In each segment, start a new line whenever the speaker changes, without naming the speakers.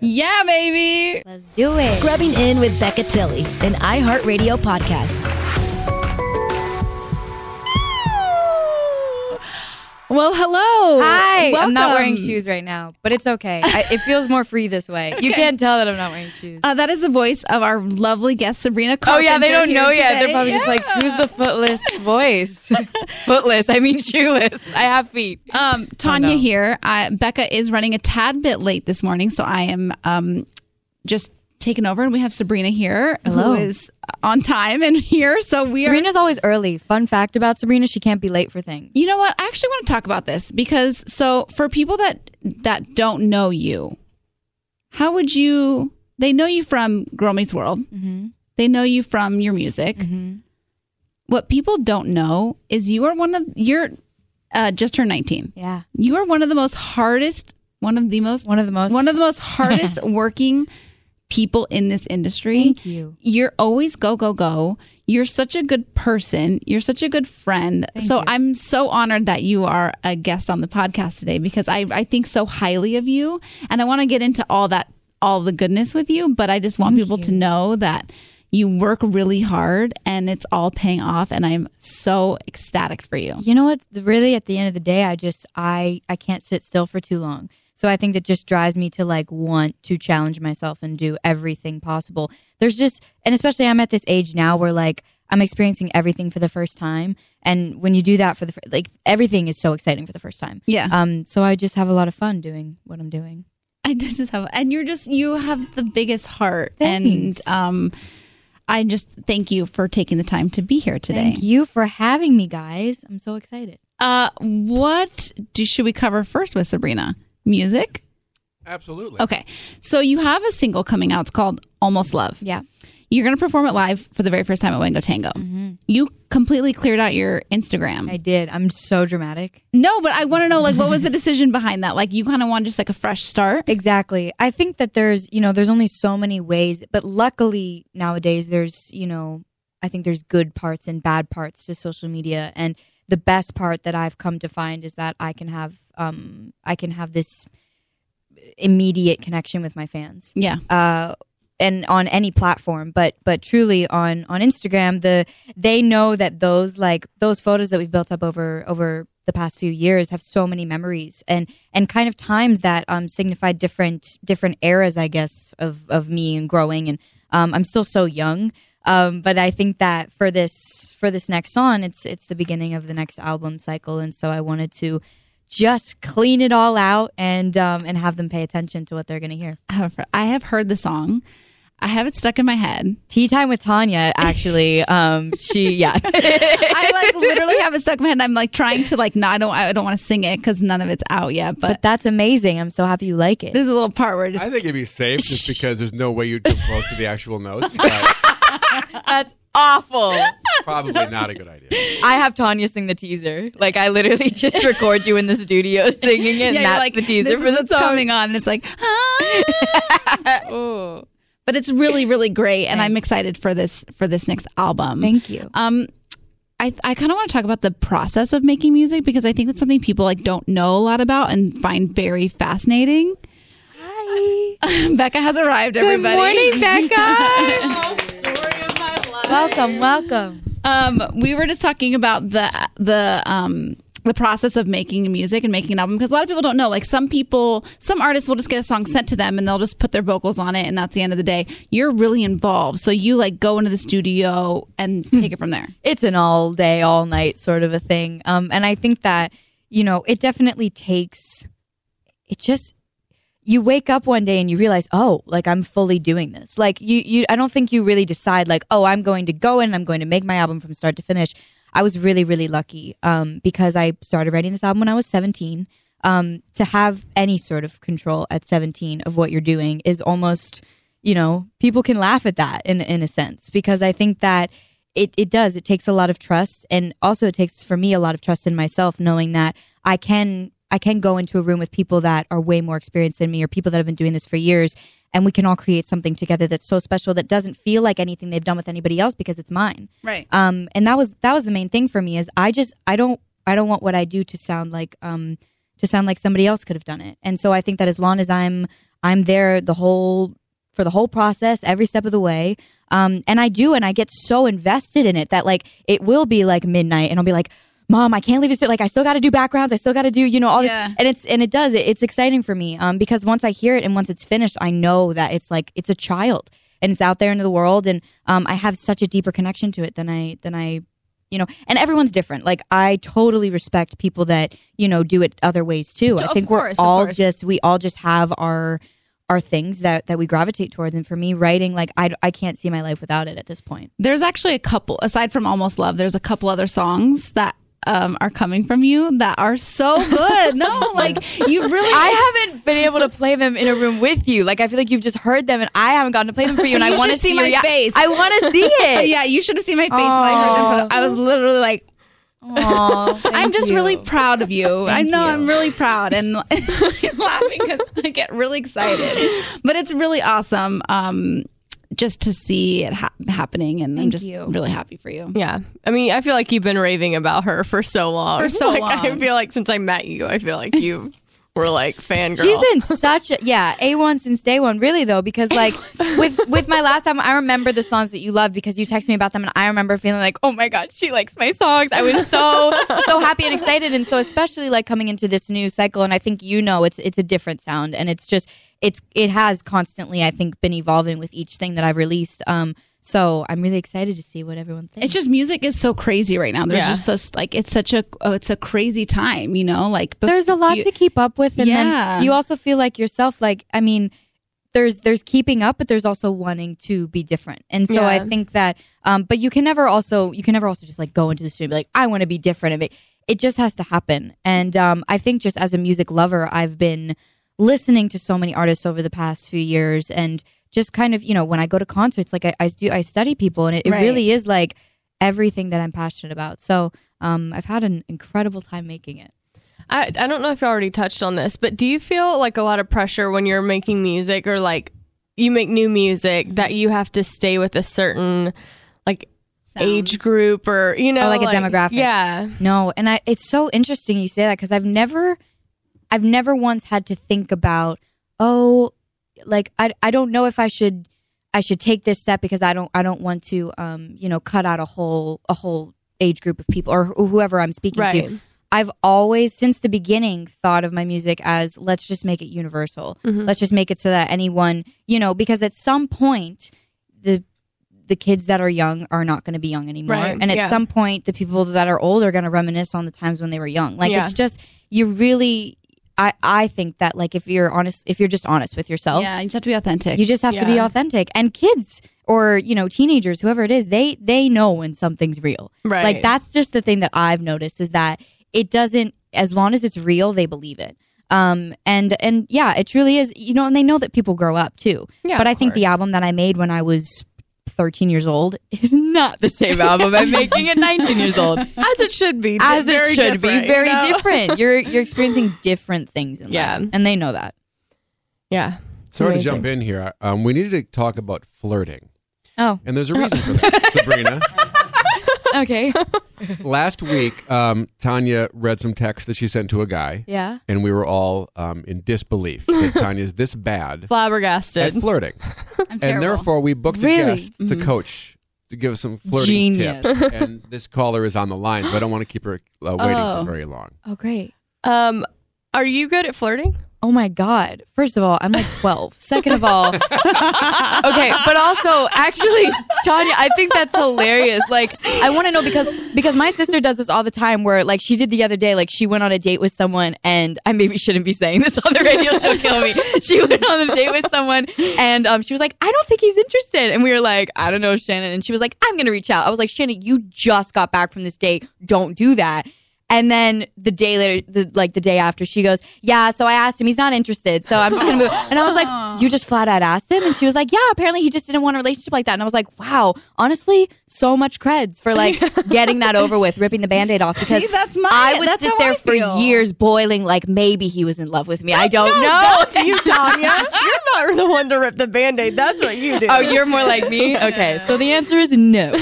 Yeah, baby.
Let's do it.
Scrubbing in with Becca Tilly, an iHeartRadio podcast.
Well, hello.
Hi. I'm not
Welcome.
wearing shoes right now, but it's okay. I, it feels more free this way. You can't tell that I'm not wearing shoes.
Uh, that is the voice of our lovely guest, Sabrina
oh
Carpenter.
yeah, they don't
here
know yet. They're
today.
probably just like, who's the footless voice? footless. I mean shoeless. I have feet.
Um, Tanya
no.
here. I, Becca is running a tad bit late this morning, so I am um, just taking over, and we have Sabrina here, who
Hello.
is on time and here. So we are.
Sabrina's always early. Fun fact about Sabrina, she can't be late for things.
You know what? I actually want to talk about this because so for people that that don't know you, how would you? They know you from Girl Meets World. They know you from your music. What people don't know is you are one of you're uh, just turned nineteen.
Yeah.
You are one of the most hardest, one of the most,
One of the most
one of the most hardest working people in this industry.
Thank you.
You're always go go go. You're such a good person. You're such a good friend. so I'm so honored that you are a guest on the podcast today because I I think so highly of you, and I want to get into all that all the goodness with you. But I just want people to know that. You work really hard and it's all paying off, and I'm so ecstatic for you.
You know what? Really, at the end of the day, I just I I can't sit still for too long. So I think that just drives me to like want to challenge myself and do everything possible. There's just and especially I'm at this age now where like I'm experiencing everything for the first time, and when you do that for the fir- like everything is so exciting for the first time.
Yeah.
Um. So I just have a lot of fun doing what I'm doing.
I did just have, and you're just you have the biggest heart, and
Thanks.
um, I just thank you for taking the time to be here today.
Thank you for having me, guys. I'm so excited.
Uh, what do should we cover first with Sabrina? Music.
Absolutely.
Okay, so you have a single coming out. It's called Almost Love.
Yeah.
You're gonna perform it live for the very first time at Wango Tango. You completely cleared out your Instagram.
Mm-hmm. I did. I'm so dramatic.
no, but I want to know like what was the decision behind that? Like you kind of want just like a fresh start.
Exactly. I think that there's, you know, there's only so many ways, but luckily nowadays there's, you know, I think there's good parts and bad parts to social media and the best part that I've come to find is that I can have um I can have this immediate connection with my fans
Yeah.
uh, and on any platform, but but truly on on Instagram, the they know that those like those photos that we've built up over over the past few years have so many memories and and kind of times that um signify different different eras, I guess, of of me and growing. And um, I'm still so young. Um, but I think that for this for this next song, it's it's the beginning of the next album cycle, and so I wanted to just clean it all out and um, and have them pay attention to what they're gonna hear.
I have, a fr- I have heard the song. I have it stuck in my head.
Tea time with Tanya, actually. Um, she, yeah.
I like literally have it stuck in my head. I'm like trying to like no, I don't I don't want to sing it because none of it's out yet. But,
but that's amazing. I'm so happy you like it.
there's a little part where it
I
just
think it'd be safe just because there's no way you'd come close to the actual notes. But
That's awful.
probably not a good idea.
I have Tanya sing the teaser. Like, I literally just record you in the studio singing it, and
you're
that's
like,
the teaser
this
for
is
the
what's
song.
coming on. And it's like, ah. but it's really really great, and I'm excited for this for this next album.
Thank you.
Um, I I kind of want to talk about the process of making music because I think that's something people like don't know a lot about and find very fascinating.
Hi.
Becca has arrived. Everybody.
Good morning, Becca. welcome, welcome.
Um, we were just talking about the the um the process of making music and making an album because a lot of people don't know. Like some people, some artists will just get a song sent to them and they'll just put their vocals on it and that's the end of the day. You're really involved, so you like go into the studio and take it from there.
it's an all day, all night sort of a thing. Um, and I think that, you know, it definitely takes, it just, you wake up one day and you realize, oh, like I'm fully doing this. Like you, you, I don't think you really decide like, oh, I'm going to go in and I'm going to make my album from start to finish. I was really, really lucky um, because I started writing this album when I was 17. Um, to have any sort of control at 17 of what you're doing is almost, you know, people can laugh at that in in a sense because I think that it, it does. It takes a lot of trust and also it takes for me a lot of trust in myself, knowing that I can I can go into a room with people that are way more experienced than me or people that have been doing this for years and we can all create something together that's so special that doesn't feel like anything they've done with anybody else because it's mine.
Right.
Um and that was that was the main thing for me is I just I don't I don't want what I do to sound like um to sound like somebody else could have done it. And so I think that as long as I'm I'm there the whole for the whole process, every step of the way. Um, and I do, and I get so invested in it that like it will be like midnight, and I'll be like, "Mom, I can't leave this. Like, I still got to do backgrounds. I still got to do you know all
Yeah.
this." And it's and it does it, it's exciting for me um, because once I hear it and once it's finished, I know that it's like it's a child and it's out there into the world, and um, I have such a deeper connection to it than I than I you know and everyone's different like i totally respect people that you know do it other ways too i
Of
think
course,
we're
of
all
course.
just we all just have our our things that that we gravitate towards and for me writing like i, I can't see my life without it at this point
There's actually a couple, aside from Almost Love, there's a couple other songs that um, are coming from you that are so good. no, like you really.
I haven't been able to play them in a room with you. Like I feel like you've just heard them, and I haven't gotten to play them for you. And
You
I want to
should see my face.
I want to see it.
yeah, you should have seen my face when I heard them. for the- I was literally like, I'm just really proud of you. I know I'm really proud and laughing because I get really excited. But it's really awesome um, just to see it ha- happening, and I'm just really happy for you.
Yeah. I mean, I feel like you've been raving about her for so long.
For so
like, I
long.
feel like since I met you, I feel like you were like fangirl.
She's been such a yeah a one since day one, really though, because like with with my last album, I remember the songs that you loved because you texted me about them, and I remember feeling like, oh my god, she likes my songs. I was so so happy and excited, and so especially like coming into this new cycle, and I think you know it's it's a different sound, and it's just it's it has constantly I think been evolving with each thing that I've released. Um, so I'm really excited to see what everyone thinks.
It's just music is so crazy right now. There's
Yeah.
just so, like it's such a oh, it's a crazy time, you know. Like bef-
there's a lot
you-
to keep up with and
Yeah.
then you also feel like yourself like i mean there's there's keeping up but there's also wanting to be different and so i
Yeah.
think that um but you can never also you can never also just like go into the studio and be like i want to be different and make, it just has to happen and um i think just as a music lover i've been listening to so many artists over the past few years and just kind of you know when i go to concerts like i, I do i study people and it, it
Right.
really is like everything that i'm passionate about so um i've had an incredible time making it
I, I don't know if you already touched on this, but do you feel like a lot of pressure when you're making music or like you make new music that you have to stay with a certain like
Sound.
age group or you know
like a demographic.
Yeah.
No, and I it's so interesting you say that because I've never I've never once had to think about, oh, like I I don't know if I should I should take this step because I don't I don't want to um, you know, cut out a whole a whole age group of people or wh- whoever I'm speaking
Right.
to. I've always since the beginning thought of my music as let's just make it universal.
Mm-hmm.
Let's just make it so that anyone, you know, because at some point the the kids that are young are not going to be young anymore
Right,
and at
yeah.
some point the people that are old are going to reminisce on the times when they were young like
Yeah.
it's just you really i i think that like if you're honest if you're just honest with yourself
yeah, you just have to be authentic.
you just have to be
Yeah.
authentic and kids or you know teenagers whoever it is they they know when something's real
Right.
like that's just the thing that i've noticed is that it doesn't as long as it's real they believe it um and and yeah it truly is you know and they know that people grow up too
Yeah,
but
of
i think the album that i made when i was 13 years old is not the same album i'm making at 19 years old
As it should be.
as it
Very
should be
different, you
very
know?
different you're you're experiencing different things in
Yeah.
life and they know that
Yeah.
Sorry
Amazing.
to jump in here. Um, we needed to talk about flirting,
oh
and there's a reason for that, Sabrina.
okay
Last week, um, Tanya read some text that she sent to a guy,
yeah
and we were all um, in disbelief that Tanya's this bad at
Flabbergasted.
flirting.
I'm
And
terrible.
therefore, we booked a
Really?
guest to coach to give us some flirting
Genius.
tips. And this caller is on the line, so I don't want to keep her uh, waiting
Oh.
for very long.
oh great
Um are you good at flirting?
Oh my God. First of all, I'm like 12. Second of all, okay, but also actually, Tanya, I think that's hilarious. Like, I want to know because because my sister does this all the time where like she did the other day, like she went on a date with someone and I maybe shouldn't be saying this on the radio, she'll kill me. She went on a date with someone and um she was like, I don't think he's interested. And we were like, I don't know, Shannon. And she was like, I'm gonna reach out. I was like, Shannon, you just got back from this date. Don't do that. And then the day later, the, like the day after, she goes, "Yeah." So I asked him. He's not interested. So I'm just gonna move. And I was like, "You just flat out asked him?" And she was like, "Yeah." Apparently, he just didn't want a relationship like that. And I was like, "Wow." Honestly, so much creds for like getting that over with, ripping the band-aid off. Because
See, that's my-
I would
that's
sit
how
there
I
for
feel.
years, boiling like maybe he was in love with me. I don't know.
That's you, Tanya. You're not the one to rip the band-aid. That's what you do.
Oh, you're more like me. Okay, so the answer is no.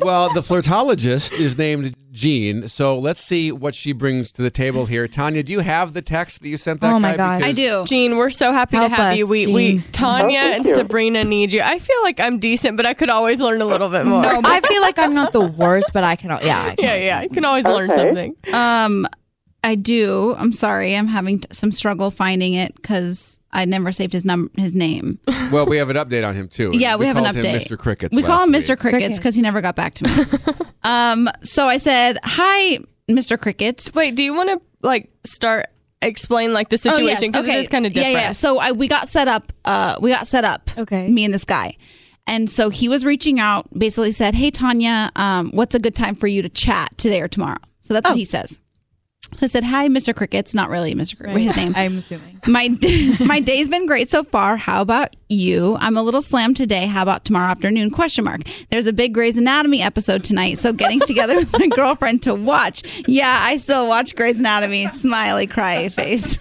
Well, the flirtologist is named Jean. So let's see what she brings to the table here. Tanya, do you have the text that you sent that
Oh, my
guy?
gosh.
I
Because-
do.
Jean, we're so happy
Help
to have you.
us,
We, we
Jean.
Tanya
Oh, thank
and
you.
Sabrina need you. I feel like I'm decent, but I could always learn a little bit more.
No,
I feel like I'm not the worst, but I cannot. Yeah. I can
Yeah, yeah, I can always learn
Okay.
something.
Um, I do. I'm sorry. I'm having t- some struggle finding it because I never saved his num his name.
Well, we have an update on him too.
Yeah, we, have an
called
update.
Him Mr. Crickets.
We call
last
him
week.
Mr. Crickets because he never got back to me. um, so I said, "Hi, Mr. Crickets."
Wait, do you want to like start explain like the situation
yes.
because it is kind of different?
Yeah, yeah. So I, we got set up. Uh, we got set up.
Okay.
Me and this guy, and so he was reaching out. Basically said, "Hey Tanya, um, what's a good time for you to chat today or tomorrow?" So that's what he says. So I said, "Hi, Mr. Crickets." Not really, Mr. Crickets. His name.
I'm assuming.
my my day's been great so far. How about you? I'm a little slammed today. How about tomorrow afternoon? Question mark. There's a big Grey's Anatomy episode tonight, so getting together with my girlfriend to watch. Yeah, I still watch Grey's Anatomy. Smiley cry face.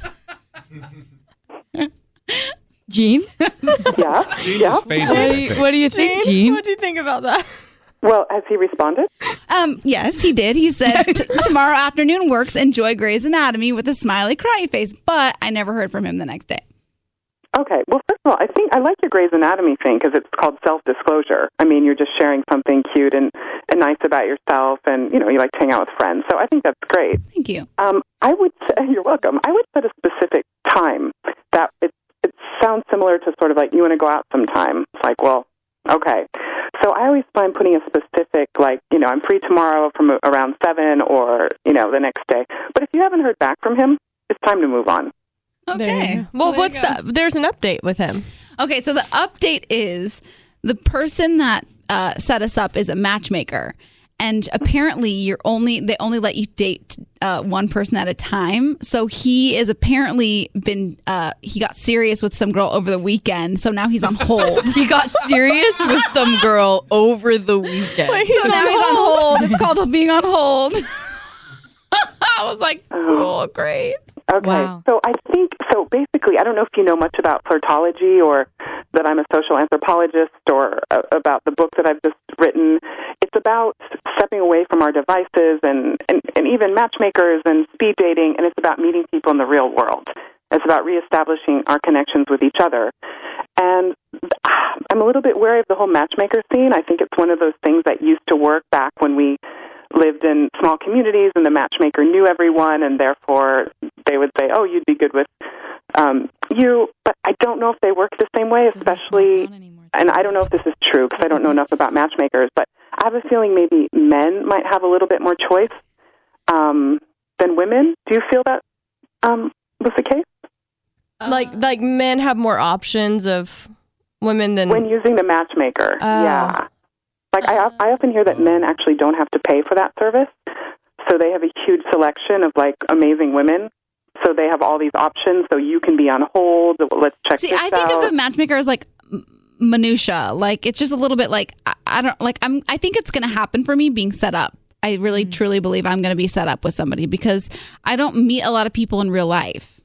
Jean,
Yeah.
Jean
yeah.
just phased out, I think.
what do you think,
Jean,
Jean?
what do you think about that?
Well, has he responded?
Um, yes, he did. He said "T- tomorrow afternoon works. Enjoy Grey's Anatomy with a smiley cry face. But I never heard from him the next day.
Okay. Well, first of all, I think I like your Grey's Anatomy thing because it's called self-disclosure. I mean, you're just sharing something cute and, and nice about yourself, and you know, you like to hang out with friends. So I think that's great.
Thank you.
Um, I would. Say, you're welcome. I would set a specific time. That it it sounds similar to sort of like you want to go out sometime. It's like, well, okay. So I always find putting a specific, like you know, I'm free tomorrow from around seven, or you know, the next day. But if you haven't heard back from him, it's time to move on.
There you
Okay.
go. Well,
Way to
what's
go.
the? There's an update with him.
Okay, so the update is the person that uh, set us up is a matchmaker, and apparently you're only they only let you date uh, one person at a time. So he is apparently been uh, he got serious with some girl over the weekend, so now he's on hold.
He got serious with some girl over the weekend.
so now he's on hold. It's called being on hold. I was like, cool, great.
Okay.
Wow.
So I think so. Basically, I don't know if you know much about flirtology or that I'm a social anthropologist or uh, about the book that I've just written. It's about stepping away from our devices and, and, and even matchmakers and speed dating, and it's about meeting people in the real world. It's about reestablishing our connections with each other. And ah, I'm a little bit wary of the whole matchmaker scene. I think it's one of those things that used to work back when we lived in small communities and the matchmaker knew everyone and therefore they would say, "Oh, you'd be good with um, you." But I don't know if they work the same way, especially. And I don't know if this is true because I don't know enough about matchmakers. But I have a feeling maybe men might have a little bit more choice um, than women. Do you feel that um, was the case
like like men have more options of women than
when using the matchmaker?
Oh.
yeah. Like I, I often hear that men actually don't have to pay for that service, so they have a huge selection of like amazing women. So they have all these options. So you can be on hold. Let's check.
See,
this
I think
out.
of the matchmaker as like m- minutia. Like it's just a little bit like I, I don't like I'm. I think it's gonna happen for me being set up. I really
Mm.
truly believe I'm gonna be set up with somebody because I don't meet a lot of people in real life.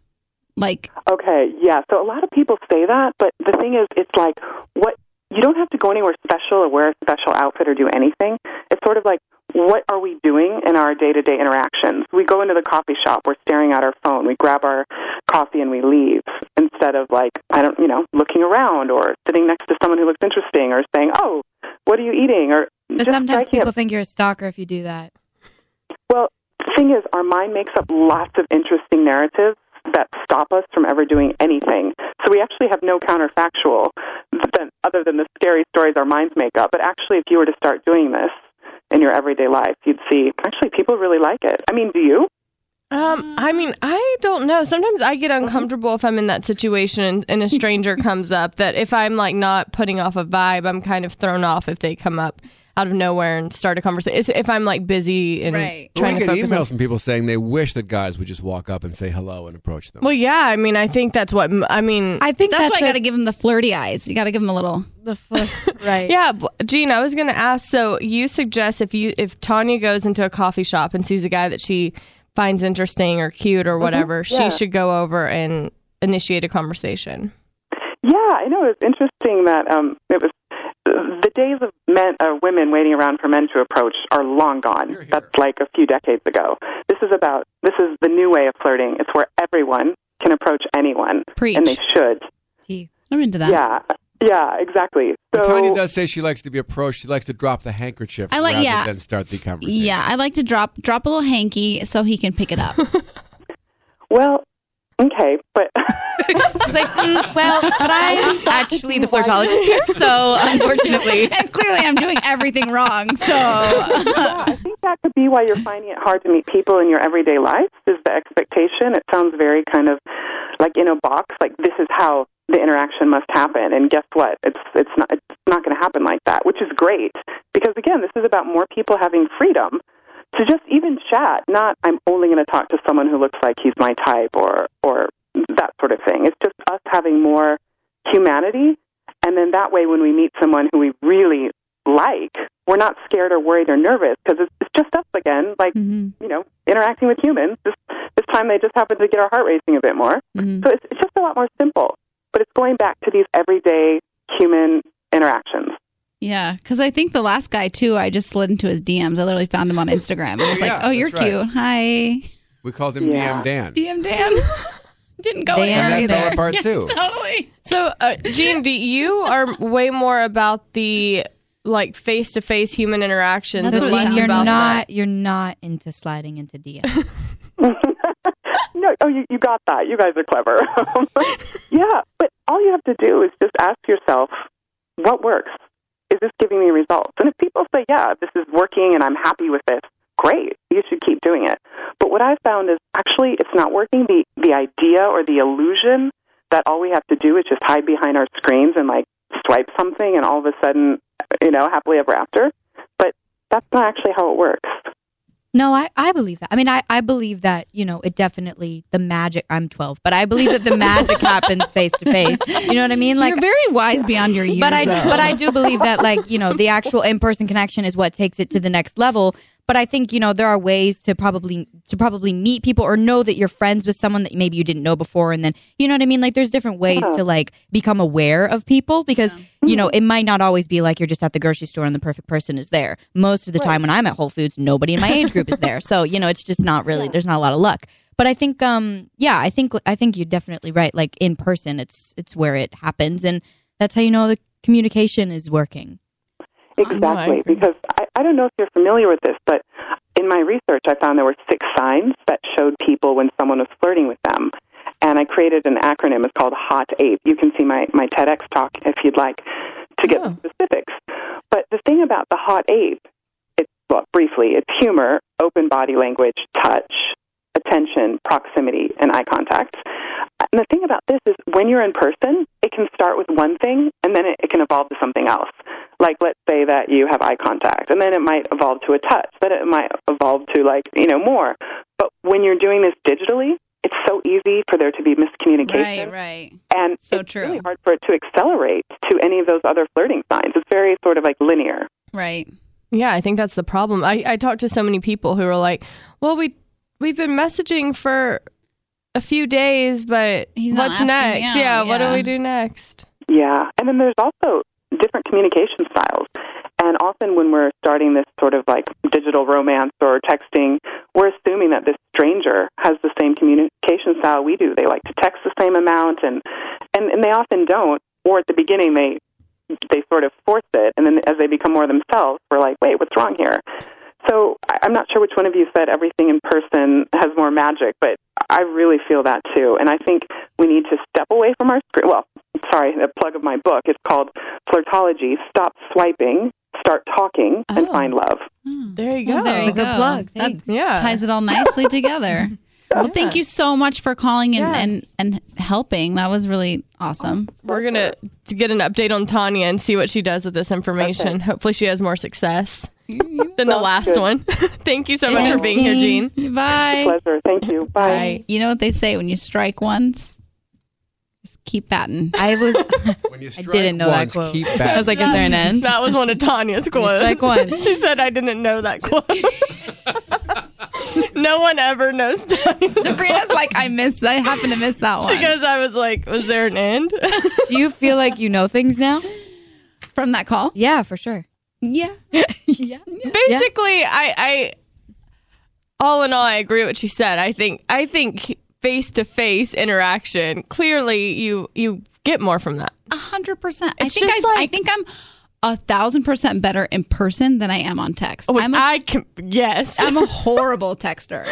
Like
Okay, yeah. So a lot of people say that, but the thing is, it's like what you don't have to go anywhere special or wear a special outfit or do anything. It's sort of like what are we doing in our day-to-day interactions? We go into the coffee shop, we're staring at our phone, we grab our coffee and we leave instead of like I don't, you know, looking around or sitting next to someone who looks interesting or saying, "Oh, what are you eating?" or
But
just
sometimes
striking a
people think you're a stalker if you do that.
well, the thing is, our mind makes up lots of interesting narratives that stop us from ever doing anything. So we actually have no counterfactual than, other than the scary stories our minds make up. But actually, if you were to start doing this in your everyday life, you'd see actually people really like it. I mean, do you?
um i mean i don't know sometimes i get uncomfortable if i'm in that situation and, and a stranger comes up that if i'm like not putting off a vibe i'm kind of thrown off if they come up out of nowhere and start a conversation if i'm like busy and
Right.
But
trying
we
to
get
focus on
emails from people saying they wish that guys would just walk up and say hello and approach them.
well yeah i mean i think that's what m- i mean
I think
that's,
that's,
why I
what
gotta give him the flirty eyes. You gotta give him a little.
the fl- right.
yeah, b- Jean, I was going to ask. So you suggest if you if Tanya goes into a coffee shop and sees a guy that she finds interesting or cute or whatever,
yeah.
she should go over and initiate a conversation.
Yeah, I know. It was interesting that um, it was the days of men, uh, women waiting around for men to approach are long gone.
Here, here.
That's like a few decades ago. This is about this is the new way of flirting. It's where everyone can approach anyone,
Preach. Uh-huh.
and they should.
I'm into that.
Yeah, yeah, exactly. So
But Tanya does say she likes to be approached. She likes to drop the handkerchief
I like-
rather
yeah.
than start the conversation.
Yeah, I like to drop drop a little hanky so he can pick it up.
well, okay, but
She's like, mm, well, but I'm actually the flirtologist here, so unfortunately.
and clearly, I'm doing everything wrong. So
yeah, I think that could be why you're finding it hard to meet people in your everyday life. Is the expectation? It sounds very kind of like in a box. Like this is how the interaction must happen. And guess what? It's it's not it's not going to happen like that. Which is great because again, this is about more people having freedom to just even chat. Not I'm only going to talk to someone who looks like he's my type or or that sort of thing. It's just us having more humanity. And then that way, when we meet someone who we really like, we're not scared or worried or nervous because it's, it's just us again, like,
Mhm,
you know, interacting with humans. This, this time they just happen to get our heart racing a bit more.
mhm.
So it's, it's just a lot more simple. But it's going back to these everyday human interactions.
yeah, because I think the last guy too, I just slid into his DMs. I literally found him on Instagram. I was
Yeah,
like, oh, you're
that's right.
cute. Hi,
We called him
Yeah.
DM Dan.
DM Dan. Didn't go
Dan.
anywhere
and that
either.
fell apart too.
Totally.
So, uh, Gene, do you are way more about the like face to face human interaction.
That's
than
what
less
Gene-
you're
about
not you're not into sliding into DM.
no, oh, you, you got that. You guys are clever. yeah, but all you have to do is just ask yourself, what works? Is this giving me results? And if people say, yeah, this is working and I'm happy with this, great. You should keep doing it. But what I've found is actually it's not working. The, the idea or the illusion that all we have to do is just hide behind our screens and like swipe something and all of a sudden, you know, happily ever after. But that's not actually how it works.
No, I, I believe that. I mean, I, I believe that, you know, it definitely, the magic, I'm 12, but I believe that the magic happens face to face. You know what I mean? Like,
you're very wise beyond your years.
but I
though.
but I do believe that like you know the actual in person connection is what takes it to the next level. But I think you know there are ways to probably to probably meet people or know that you're friends with someone that maybe you didn't know before, and then you know what I mean. Like there's different ways to like become aware of people because you know it might not always be like you're just at the grocery store and the perfect person is there. Most of the time when I'm at Whole Foods, nobody in my age group is there, so you know it's just not really there's not a lot of luck. But I think um yeah I think I think you're definitely right. Like in person, it's it's where it happens and that's how you know the communication is working.
I
Exactly,
agree.
because I, I don't know if you're familiar with this, but in my research, I found there were six signs that showed people when someone was flirting with them. And I created an acronym. It's called HOT 8. You can see my, my TEDx talk if you'd like to
Oh.
get the specifics. But the thing about the HOT 8, it's, well, briefly, it's humor, open body language, touch, attention, proximity, and eye contact. And the thing about this is when you're in person, it can start with one thing and then it, it can evolve to something else. Like, let's say that you have eye contact, and then it might evolve to a touch, then it might evolve to, like, you know, more. But when you're doing this digitally, it's so easy for there to be miscommunication.
right, right.
And
So
it's
true.
really hard for it to accelerate to any of those other flirting signs. It's very sort of like linear.
Right.
Yeah, I think that's the problem. I, I talk to so many people who are like, "Well, we we've been messaging for a few days, but
He's not
what's
asking
next?
out,
yeah, what do
yeah.
we do next?"
Yeah, and then there's also different communication styles. And often when we're starting this sort of like digital romance or texting, we're assuming that this stranger has the same communication style we do. They like to text the same amount and and, and they often don't or at the beginning they they sort of force it and then as they become more themselves, we're like, "Wait, what's wrong here?" So I- I'm not sure which one of you said everything in person has more magic, but I really feel that too. And I think we need to step away from our screen. Well, sorry, the plug of my book is called Flirtology Stop Swiping, Start Talking, and
Oh.
Find Love.
Oh.
There you go.
Well, there you
That's a good
go.
plug.
That
Thanks.
Yeah.
ties it all nicely together. Well, thank you so much for calling and,
Yeah.
and, and helping. That was really awesome.
We're gonna to get an update on Tanya and see what she does with this information. Hopefully, she has more success than the last
good.
one. Thank you so much for
Thanks,
being here, Gene.
Bye.
Pleasure. Thank you. Bye.
You know what they say when you strike once, just keep batting.
I was
When you strike
didn't know that
once,
quote.
Keep
I
back.
was like, is there an end?
That was one of Tanya's quotes.
strike one.
she said, "I didn't know that quote." no one ever knows Tanya's
Sabrina's like, I missed. I happen to miss that one.
She goes, I was like, was there an end?
Do you feel like you know things now?
from that call.
Yeah, for sure.
Yeah.
yeah.
basically I, I all in all i agree with what she said i think i think face to face interaction clearly you you get more from that
A hundred percent. I
It's
think I,
just like-
I think I'm a thousand percent better in person than I am on text.
Which
I'm a,
I can yes
I'm a horrible texter.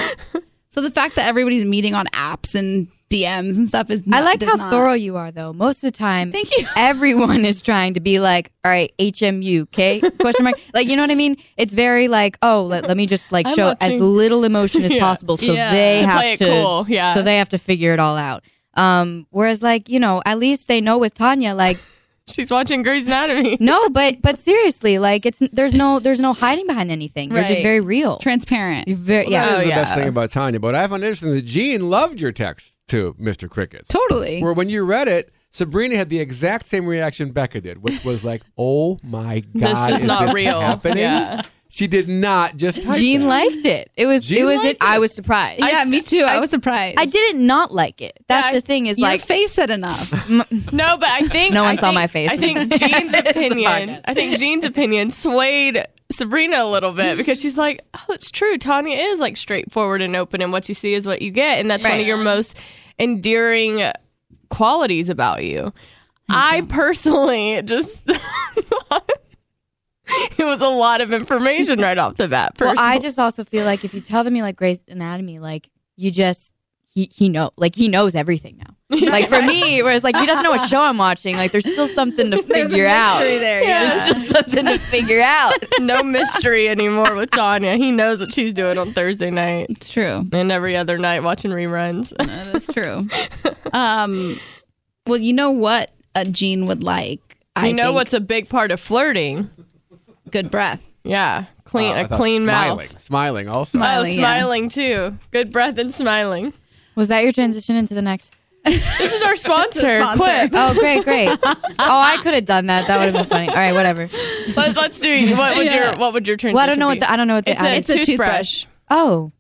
So the fact that everybody's meeting on apps and DMs and stuff is
I
not-
like
does
how
not-
thorough you are, though. Most of the time,
Thank you.
everyone is trying to be like, all right, HMU, okay? Question mark. Like, you know what I mean? It's very like, oh, let, let me just like
I'm
show
watching-
as little emotion as possible, so
Yeah.
they
To
have
play it
to,
cool, yeah.
so they have to figure it all out. Um, whereas, like, you know, at least they know with Tanya, like,
she's watching Grey's anatomy
no, but but seriously, like, it's there's no there's no hiding behind anything. You're just
Right.
very real.
transparent.
You're very yeah.
That is
Oh,
the
yeah.
best thing about Tanya. But I found interesting that Gene loved your text to Mr. Crickets.
Totally.
Where when you read it, Sabrina had the exact same reaction Becca did, which was like, "Oh my God,
is not
this
real."
Happening?
Yeah.
She did not just type
Gene
that.
liked it. It was
Gene
it was it.
liked
I was surprised.
yeah, me too. I, was surprised.
I didn't not like it. That's
Yeah, I-
the thing is
Your
like
face said enough.
no but i think
No one
I
saw
think-
my face.
i think jean's opinion i think jean's opinion swayed sabrina a little bit because she's like oh it's true tanya is like straightforward and open and what you see is what you get and that's one
Right.
of your most endearing qualities about you i personally just it was a lot of information right off the bat
Well,
first
I just also feel like if you tell them you like Grey's Anatomy, like you just he he know like he knows everything now. Like for me, whereas like he doesn't know what show I'm watching, like there's still something to
There's a
figure out.
mystery there.
Yeah.
Yeah.
There's just something to figure out.
no mystery anymore with tanya he knows what she's doing on thursday night
It's true.
and every other night watching reruns
That is true. um, well, you know what a Gene would like. I
you know
think?
what's a big part of flirting?
good breath.
Yeah, clean
Wow, Oh, I
a
thought
clean
smiling,
mouth.
Smiling also.
oh,
Smiling, yeah.
smiling too. Good breath and smiling.
Was that your transition into the next?
This is our sponsor.
Sponsor.
Quick,
Oh, great, great. Oh, I could have done that. That would have been funny. All right, whatever.
Let, us do. What would
Yeah.
your What would your transition?
Well, I don't know what
be?
the, I don't know what the
it's, a,
It's a
toothbrush.
Oh.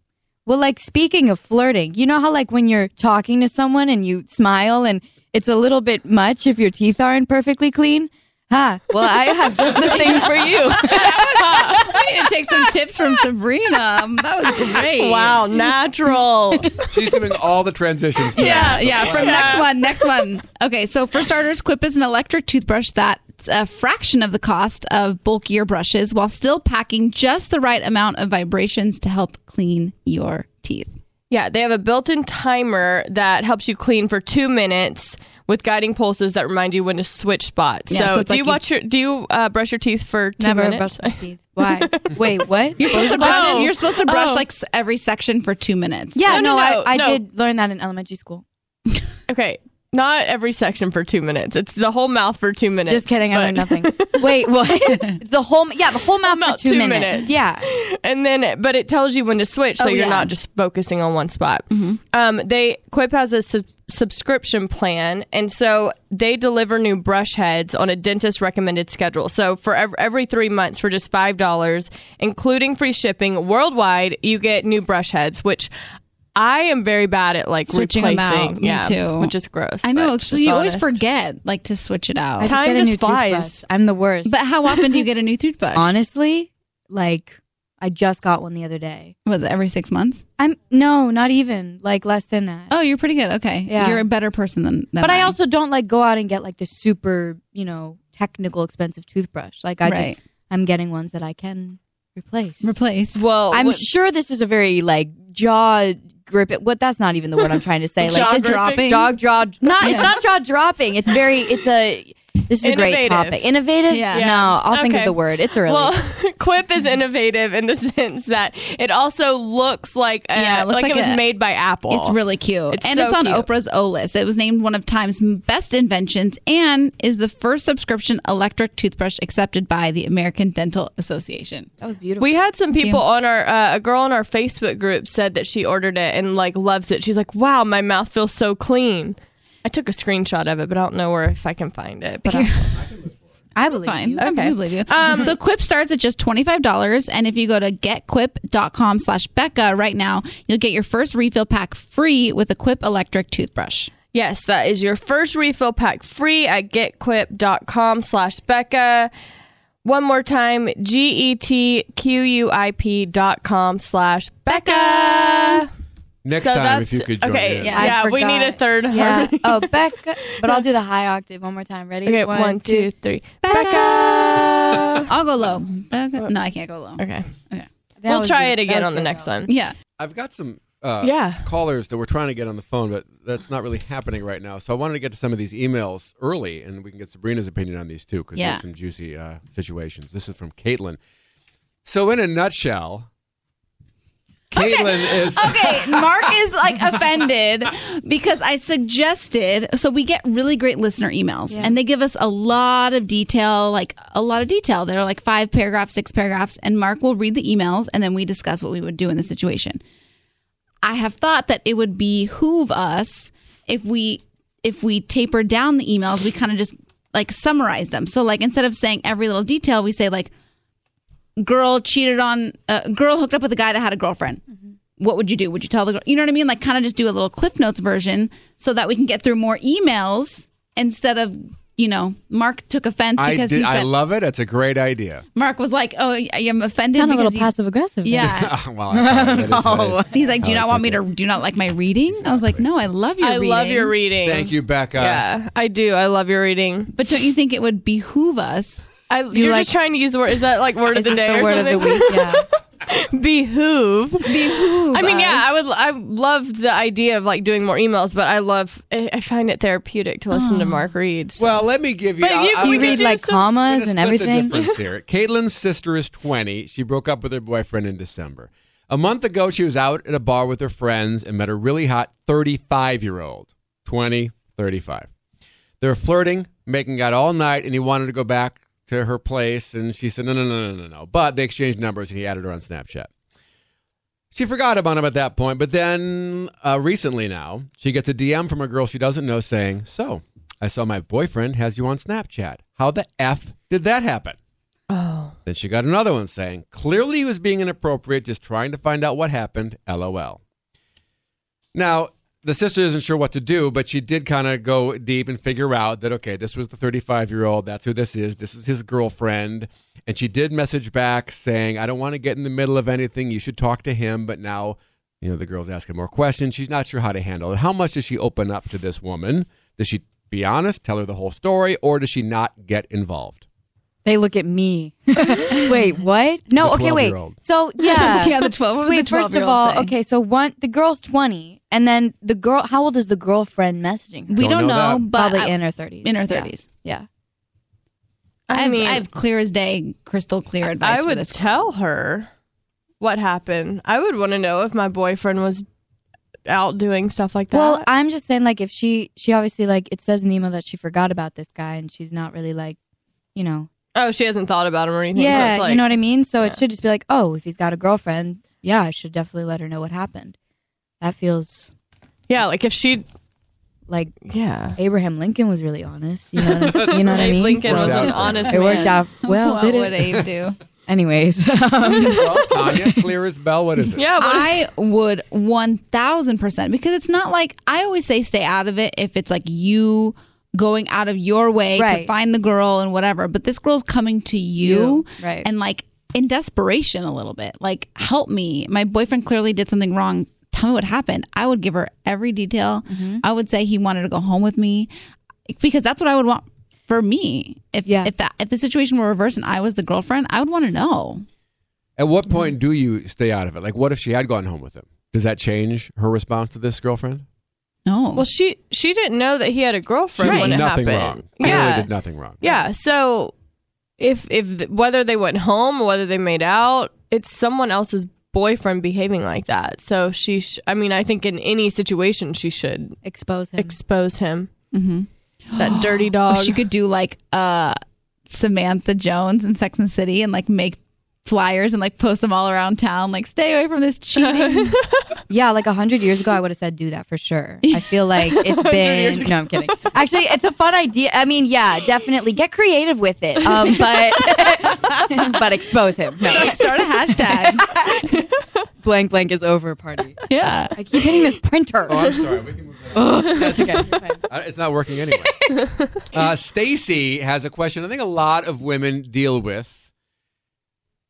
Well, like speaking of flirting, you know how like when you're talking to someone and you smile and it's a little bit much if your teeth aren't perfectly clean? Huh. Well, I have just the thing for you.
I need to take some tips from Sabrina. Um, That was great.
Wow, natural.
She's doing all the transitions. today.
Yeah, yeah. From
Yeah.
next one, next one. Okay, so for starters, Quip is an electric toothbrush that's a fraction of the cost of bulkier brushes while still packing just the right amount of vibrations to help clean your teeth.
yeah, they have a built-in timer that helps you clean for two minutes with guiding pulses that remind you when to switch spots.
Yeah,
so,
so it's
do
like
you
you-
watch your Do you uh, brush your teeth for two
Never
minutes?
brush my teeth. Why? Wait, what?
You're supposed to brush.
Oh.
You're supposed to brush
Oh.
like s- every section for two minutes.
yeah,
No, no,
no, I,
no,
I
no.
did learn that in elementary school.
Okay, not every section for two minutes. It's the whole mouth for two minutes.
Just kidding, I
but-
learned nothing. Wait, what? It's the whole yeah, the whole mouth
About
for two,
two
minutes.
minutes.
Yeah.
and then but it tells you when to switch so
Oh,
you're
yeah. Mm-hmm.
not just focusing on one spot um, they quip has a su- subscription plan and so they deliver new brush heads on a dentist recommended schedule so for ev- every three months for just five dollars including free shipping worldwide you get new brush heads which I am very bad at like
Switching 'em
replacing,
out. Me
yeah,
too.
which is gross.
I know.
but
So
it's
you always
honest.
forget like to switch it out.
I just
Time
get a
just
new
flies.
toothbrush. I'm the worst.
But how often do you get a new toothbrush?
honestly, like I just got one the other day.
Was it every six months?
I'm no, not even like less than that.
Oh, you're pretty good. Okay,
Yeah.
you're a better person than. than
but I also don't like go out and get like the super, you know, technical expensive toothbrush. Like I
Right.
just I'm getting ones that I can replace.
replace.
Well,
I'm
what-
sure this is a very like jaw grip it what that's not even the word I'm trying to say. Like
Jaw
this is-
dropping?
Jaw jaw not it's
Yeah.
not jaw dropping. It's very it's a this is a great
Innovative.
topic. Innovative?
Yeah.
No, I'll think of
Okay.
the word. It's early.
Well, Quip is innovative in the sense that it also looks like a,
Yeah, it looks
like,
like
it was
a-
made by Apple.
It's really cute.
It's
and
so
it's on
cute.
Oprah's O list. It was named one of Time's best inventions and is the first subscription electric toothbrush accepted by the American Dental Association.
that was beautiful.
We had some people
you.
on our uh, a girl on our Facebook group said that she ordered it and like loves it. She's like, "Wow, my mouth feels so clean." I took a screenshot of it, but I don't know where if I can find it. But I-
I believe
Fine.
you.
Okay. I believe you.
Um,
so Quip starts at just $25. And if you go to getquip.com slash Becca right now, you'll get your first refill pack free with a Quip electric toothbrush.
Yes, that is your first refill pack free at getquip.com slash Becca. One more time, E G-E-T-Q-U-I-P dot com slash Becca.
Next time, if you could join
okay,
in.
I
Yeah, we
forgot.
need a third
Yeah.
harmony.
Oh, Becca. But I'll do the high octave one more time. Ready?
Okay, one, two, three.
Becca. I'll go low. Becca. No, I can't go low.
Okay.
That
we'll
was
try
good.
it again
That was
on the
good,
next
though.
one.
Yeah.
I've got some uh,
Yeah.
callers that we're trying to get on the phone, but that's not really happening right now. So I wanted to get to some of these emails early, and we can get Sabrina's opinion on these too, because
Yeah.
there's some juicy uh, situations. This is from Caitlin. So, in a nutshell, Caitlin is.
Okay, Mark is like offended because I suggested. So we get really great listener emails,
Yeah.
and they give us a lot of detail, like a lot of detail. They're like five paragraphs, six paragraphs, and Mark will read the emails, and then we discuss what we would do in the situation. I have thought that it would behoove us if we if we taper down the emails, we kind of just like summarize them. So like instead of saying every little detail, we say like girl cheated on uh, girl hooked up with a guy that had a girlfriend.
Mm-hmm.
What would you do? Would you tell the girl? You know what I mean? Like kind of just do a little cliff notes version so that we can get through more emails instead of you know Mark took offense
I,
because
did,
he
I
said
love it. it's a great idea.
Mark was like oh I am offended
Kind of a
because you,
little passive aggressive.
yeah.
well, I, that is- that is-
He's like, do you
Oh,
not
it's
want me
okay.
to? Do you not like my reading? I was like, no, I love your
I
reading.
love your reading.
Thank you, Becca.
Yeah, I do. I love your reading.
But don't you think it would behoove us?
I, you are just trying to use the word. Is that like word
Is
of the
this
day
the
or
word of the
something?
week? Yeah.
Behoove.
Behoove.
I mean, yeah,
us.
I would. I love the idea of like doing more emails, but I love. I I find it therapeutic to listen to Mark read. so-
Well, let me give you.
But you-
I'll-
Oh, we
You
could
read
do
like
some-
commas
Let
and
us split
everything.
The difference here. Caitlin's sister is 20. She broke up with her boyfriend in December. A month ago, she was out at a bar with her friends and met a really hot 35 year old. 20, 35. They were flirting, making out all night, and he wanted to go back to her place. And she said, no, no, no, no, no, no. But they exchanged numbers and he added her on Snapchat. She forgot about him at that point, but then uh, recently now, she gets a DM from a girl she doesn't know saying, So, I saw my boyfriend has you on Snapchat. How the F did that happen?
oh,
Then she got another one saying, Clearly he was being inappropriate, just trying to find out what happened. LOL. Now, the sister isn't sure what to do, but she did kind of go deep and figure out that, okay, this was the 35 year old. That's who this is. This is his girlfriend. And she did message back saying, I don't want to get in the middle of anything. You should talk to him. But now, you know, the girl's asking more questions. She's not sure how to handle it. How much does she open up to this woman? Does she be honest, tell her the whole story, or does she not get involved?
They look at me. wait, what? No,
The
okay, wait.
12-year-old.
So yeah.
yeah, the twelve. what was
Wait,
the
first of
12-year-old
all,
say?
okay, so one the girl's twenty, and then the girl how old is the girlfriend messaging her?
we
Don't
don't,
know
know,
that.
but
Probably
I-
in her thirties.
in her thirties.
Yeah.
I,
I, have,
mean,
I have clear as day, crystal clear advice.
I
for
would
this.
tell her what happened. I would want to know if my boyfriend was out doing stuff like that.
Well, I'm just saying, like, if she she obviously like it says in the email that she forgot about this guy, and she's not really like, you know,
oh, she hasn't thought about him or anything. so
yeah,
it's like-
you know what I mean. So
yeah.
it should just be like, oh, if he's got a girlfriend, yeah, I should definitely let her know what happened. That feels
yeah, like if she,
like
yeah.
Abraham Lincoln was really honest. You know what, I'm, you know what I
Abe
mean?
Lincoln was
Exactly.
an honest
it worked
man.
out well.
what
did
would
it?
Abe do?
Anyways, um,
Well, Tanya, clear as bell. What is it?
Yeah, what if-
I would 1000% because it's not like I always say stay out of it if it's like you going out of your way to
Right.
find the girl and whatever, but this girl's coming to you,
You, right.
and like in desperation a little bit. Like help me. My boyfriend clearly did something wrong. Tell me what happened. I would give her every detail.
Mm-hmm.
I would say he wanted to go home with me because that's what I would want for me. If
Yeah.
if that if the situation were reversed and I was the girlfriend, I would want to know.
At what point do you stay out of it? Like, what if she had gone home with him? Does that change her response to this girlfriend?
No.
well, she she didn't know that he had a
She
girlfriend when
did
it
nothing
happened.
wrong.
Yeah,
Clearly did nothing wrong.
Yeah. So if if th- whether they went home or whether they made out, it's someone else's boyfriend behaving like that. So she, sh- I mean, I think in any situation she should
Mm-hmm. expose him.
expose him.
Mhm.
Mm-hmm.
That dirty dog.
Or Oh, she could do like uh Samantha Jones in Sex and the City and like make flyers and like post them all around town. Like, stay away from this cheating.
Yeah, like a hundred years ago, I would have said do that for sure. I feel like it's
years
been. No, I'm kidding. Actually, it's a fun idea. I mean, yeah, definitely get creative with it, um, but but expose him. No,
like, start a hashtag.
blank blank is over party.
yeah.
I keep hitting this printer.
Oh, I'm sorry. We can move that
That's okay. You're fine.
Uh, It's not working anyway. uh, Stacy has a question. I think a lot of women deal with,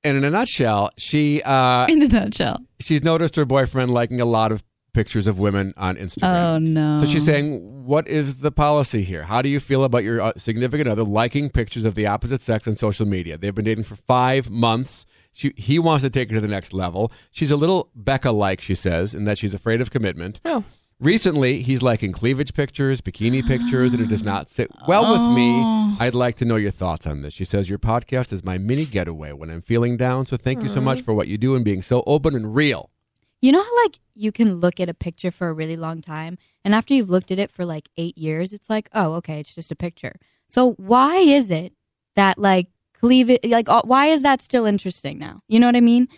and in a nutshell, she uh,
in a nutshell.
she's noticed her boyfriend liking a lot of pictures of women on Instagram.
Oh no.
So
Um,
she's saying, what is the policy here? How do you feel about your uh, significant other liking pictures of the opposite sex on social media? They've been dating for five months. She, he wants to take her to the next level. She's a little Becca like, she says, in that she's afraid of commitment.
Oh.
Recently, he's liking cleavage pictures, bikini pictures, and it does not sit well with
Oh.
me. I'd like to know your thoughts on this. She says, Your podcast is my mini getaway when I'm feeling down. So thank you so much for what you do and being so open and real.
You know how like you can look at a picture for a really long time and after you've looked at it for like 8 years it's like, "Oh, okay, it's just a picture." So why is it that like cleavage like uh, why is that still interesting now? You know what I mean?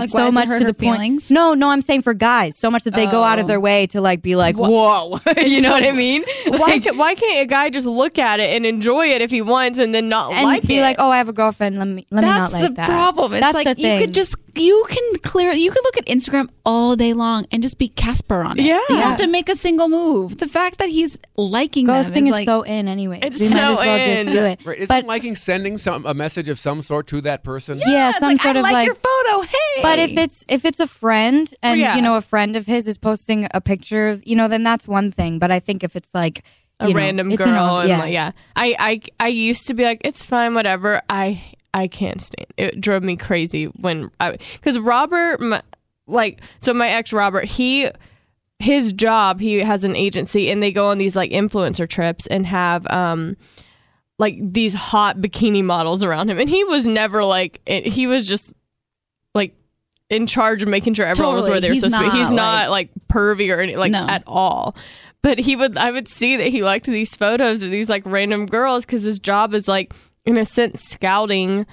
Like, why
so
does it
much
hurt
to
her
the
feelings?
point. No, no, I'm saying for guys, so much that they go out
Oh.
of their way to like be like, "Whoa." you know what I mean?
Why,
Like,
ca- why can't a guy just look at it and enjoy it if he wants and then not
and
like
be
it?
like, "Oh, I have a girlfriend. Let me let
That's
me not like
the
that."
problem. It's
That's
like
the
you could
thing.
just you can clear you could look at Instagram all day long and just be Casper on it.
Yeah.
You don't have to make a single move. The fact that he's liking them
ghosting
is
is
like,
so in anyway.
It's
you might as
so
well just
in.
do it.
Right? Isn't
But
liking sending some a message of some sort to that person?
yeah,
it's
some
like,
sort
I
of
like,
like
your photo. Hey.
But if it's if it's a friend and
Yeah.
you know a friend of his is posting a picture, of, you know, then that's one thing. But I think if it's like
a
you know,
random
it's an
girl
ob-
and like, yeah I, I i used to be like it's fine whatever i i can't stand it drove me crazy when i because robert my, like so my ex robert he his job he has an agency and they go on these like influencer trips and have um like these hot bikini models around him and he was never like it, he was just like in charge of making sure everyone was
Totally.
where they were
He's
supposed to
not,
be he's not like pervy or any like
No.
at all but he would i would see that he liked these photos of these like random girls because his job is like in a sense scouting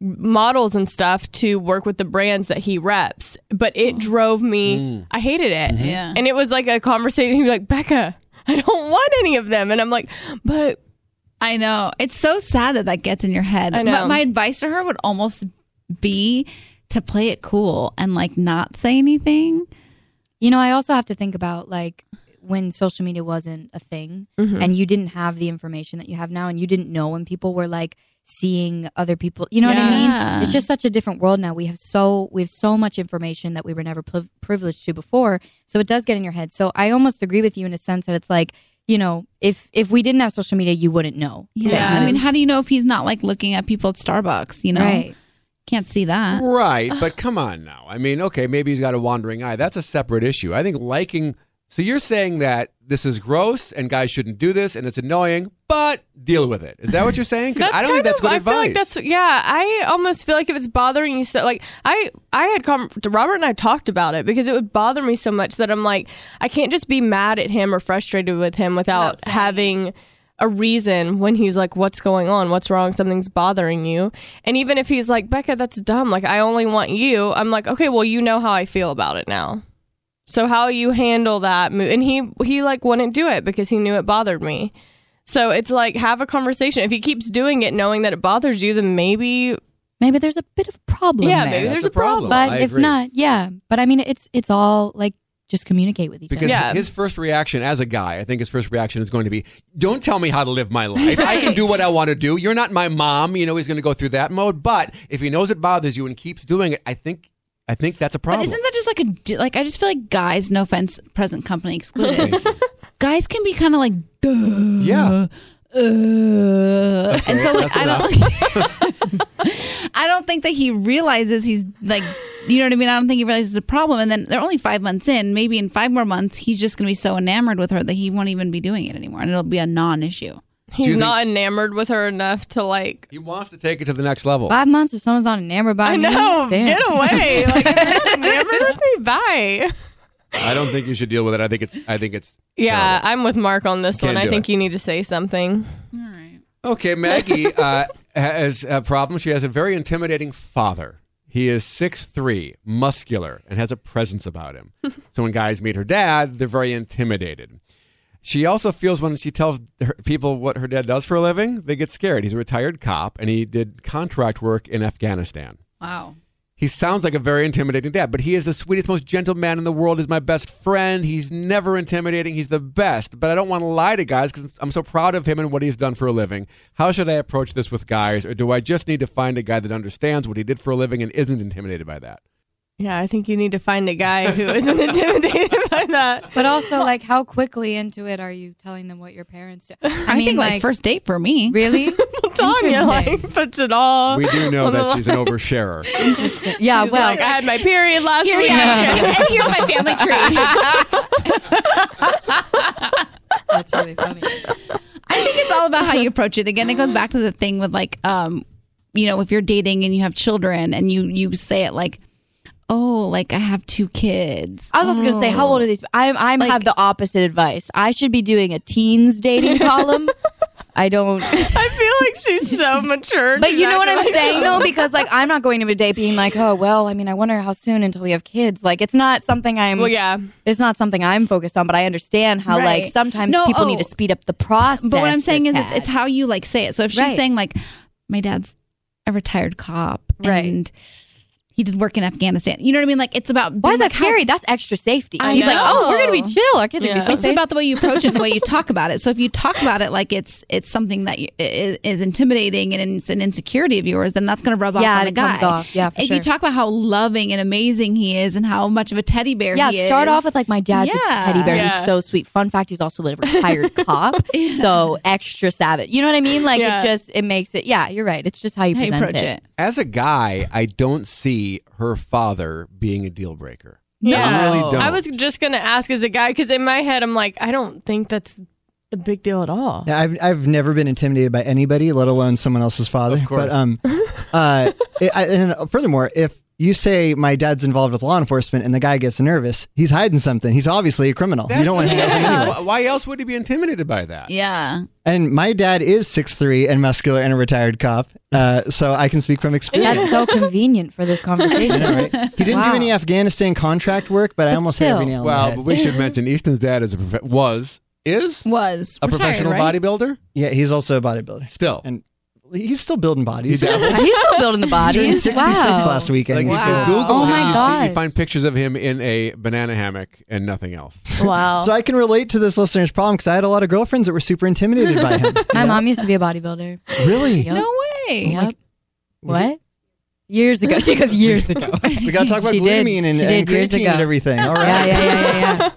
models and stuff to work with the brands that he reps but it drove me i hated it
Yeah.
and it was like a conversation he was like becca i don't want any of them and i'm like but
I know. It's so sad that that gets in your head.
I know.
But my advice to her would almost be to play it cool and like not say anything.
You know, I also have to think about like when social media wasn't a thing
Mm-hmm.
and you didn't have the information that you have now and you didn't know when people were like seeing other people you know what i
Yeah.
mean it's just such a different world now we have so we have so much information that we were never priv- privileged to before so it does get in your head so i almost agree with you in a sense that it's like you know if if we didn't have social media you wouldn't know that
Yeah.
he
I mean,
was-
how do you know if he's not like looking at people at Starbucks, you know?
right
Can't see
Uh,
that.
Right, but come on now. I mean, okay, maybe he's got a wandering eye. That's a separate issue. I think liking. So you're saying that this is gross and guys shouldn't do this and it's annoying, but deal with it. Is that what you're saying? 'Cause I don't think
kind
that's
of-
good
I
advice.
feel like that's yeah. I almost feel like if it's bothering you so like I I had com- Robert and I talked about it because it would bother me so much that I'm like I can't just be mad at him or frustrated with him without having a reason when he's like what's going on what's wrong something's bothering you and even if he's like becca that's dumb like i only want you i'm like okay well you know how i feel about it now so how you handle that move and he he like wouldn't do it because he knew it bothered me so it's like have a conversation. If he keeps doing it, knowing that it bothers you, then maybe
maybe there's a bit of a problem
yeah,
there.
maybe
That's
there's
a
a problem.
problem.
but
I
if
agree.
not yeah but i mean it's it's all like just communicate with each
because
other
Yeah.
his first reaction as a guy, I think his first reaction is going to be, "Don't tell me how to live my life. I can do what I want to do. You're not my mom." You know, he's going to go through that mode. But if he knows it bothers you and keeps doing it, I think, I think that's a
But
problem.
isn't that just like a d- like? I just feel like guys, no offense, present company excluded. guys can be kind of like, duh,
Yeah.
uh, and so like
that's
I don't, I don't think that he realizes he's like, you know what I mean. I don't think he realizes it's a problem. And then they're only five months in. Maybe in five more months, he's just going to be so enamored with her that he won't even be doing it anymore, and it'll be a non-issue.
you
he's
think-
not enamored with her enough to like.
he wants to take it to the next level.
Five months if someone's not enamored by
I
me.
know,
damn.
get away! Like if you're not enamored with me, bye.
I don't think you should deal with it. I think it's. I think it's.
Yeah,
terrible.
I'm with Mark on this
Can't
one. I
do
think
it.
you need to say something.
All right.
Okay, Maggie uh, has a problem. She has a very intimidating father. He is 6'3, muscular, and has a presence about him. so when guys meet her dad, they're very intimidated. She also feels when she tells her, people what her dad does for a living, they get scared. He's a retired cop, and he did contract work in Afghanistan.
Wow.
He sounds like a very intimidating dad, but he is the sweetest, most gentle man in the world. He's my best friend. He's never intimidating. He's the best. But I don't want to lie to guys because I'm so proud of him and what he's done for a living. How should I approach this with guys, or do I just need to find a guy that understands what he did for a living and isn't intimidated by that?
Yeah, I think you need to find a guy who isn't intimidated by that.
But also, like, how quickly into it are you telling them what your parents do?
I, think like, first date for me.
really?
Tanya
Interesting.
like puts it all.
We do know
on the
that
line.
she's an oversharer.
yeah.
She's
Well,
like, I had my period last
Here,
week.
yeah. and here's my family tree.
that's really funny.
I think it's all about how you approach it. Again, it goes back to the thing with like, um, you know, if you're dating and you have children and you you say it like, oh, like I have two kids. Oh.
I was also gonna say, how old are these? I'm I'm
Like-
have the opposite advice. I should be doing a teens dating column. I don't.
I feel like she's so mature.
But
She's
you know what
acting
I'm
like-
saying though, because like I'm not going to a date being like, oh well, I mean, I wonder how soon until we have kids. Like it's not something I'm.
Well, yeah.
It's not something I'm focused on, but I understand how
Right.
like sometimes
No,
people
oh.
need to speed up the process.
But what I'm saying is, it's,
Kat.
it's how you like say it. So if she's
Right.
saying like, my dad's a retired cop,
Right.
and he did work in Afghanistan. You know what I mean? Like it's about
why
being
is that
like, how-
scary? That's extra safety.
I
He's like, oh, we're gonna be
know.
chill. Our kids are gonna
Yeah.
be so
It's
safe.
about the way you approach it and the way you talk about it. So if you talk about it like it's it's something that you, is, is intimidating and it's an insecurity of yours, then that's going to rub off
Yeah,
on the
it
guy.
comes off. Yeah, for
if you
sure.
talk about how loving and amazing he is and how much of a teddy bear
yeah,
he is.
start off with like my dad's
Yeah.
a teddy bear.
Yeah.
He's so sweet. Fun fact, he's also a retired cop, so extra savage. You know what I mean? Like
Yeah.
it just it makes it. Yeah, you're right. It's just how you,
how you
present
approach it.
As a guy, I don't see her father being a deal breaker.
Yeah.
I really don't.
I was just gonna ask as a guy because in my head I'm like, I don't think that's a big deal at all.
Yeah, I've I've never been intimidated by anybody, let alone someone else's father.
Of course.
But um, uh, it, I, and furthermore, if you say my dad's involved with law enforcement and the guy gets nervous, he's hiding something. He's obviously a criminal. you don't want to hang out with him anyway.
Why- Why else would he be intimidated by that?
Yeah.
And my dad is six three and muscular and a retired cop, uh, so I can speak from experience.
That's so convenient for this
You
conversation.
know, right? He didn't
Wow.
do any Afghanistan contract work, but, I
But
almost
still.
hit every nail on
Well,
the
but
head.
we should mention Easton's dad is a prof- was is
Was
a
retired,
professional
right?
bodybuilder.
Yeah, he's also a bodybuilder.
Still,
And He's still building bodies.
He dabbles.
He's still building the
Turned
bodies.
66
Wow.
last weekend.
like
He's
if
building-
Wow.
you Google
Oh
him,
my
you, See,
God.
you find pictures of him in a banana hammock and nothing else.
Wow.
So I can relate to this listener's problem because I had a lot of girlfriends that were super intimidated by him.
My mom used to be a bodybuilder.
Really?
Yep.
No way.
Yep. What? Years ago. She goes years ago.
We got to talk about
She did.
glutamine and,
She
and
did years
creatine
ago.
and everything. All right.
yeah, yeah, yeah, yeah, yeah.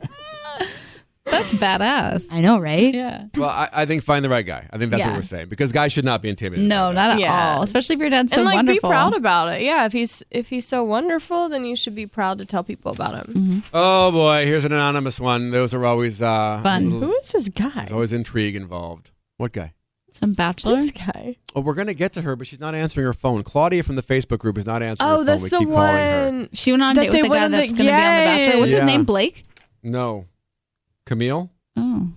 That's badass.
I know, right?
Yeah.
Well, I, I think find the right guy. I think that's what
Yeah.
we're saying because guys should not be intimidated.
No,
by that.
not at
Yeah.
all. Especially if your dad's so
and like
wonderful.
be proud about it. Yeah, if he's if he's so wonderful, then you should be proud to tell people about him.
Oh boy, here's an anonymous one. Those are always uh,
Fun.
little-
Who is this guy?
there's always intrigue involved. What guy?
Some bachelor.
This guy.
Oh, we're gonna get to her, but she's not answering her phone. Claudia from the Facebook group is not answering her
Oh,
phone.
that's
we
the
keep calling her.
one.
She went on a date
That they
with the guy
wanted the-
that's going to be on The Bachelor. What's
Yeah.
his name? Blake?
No, Camille.
Oh.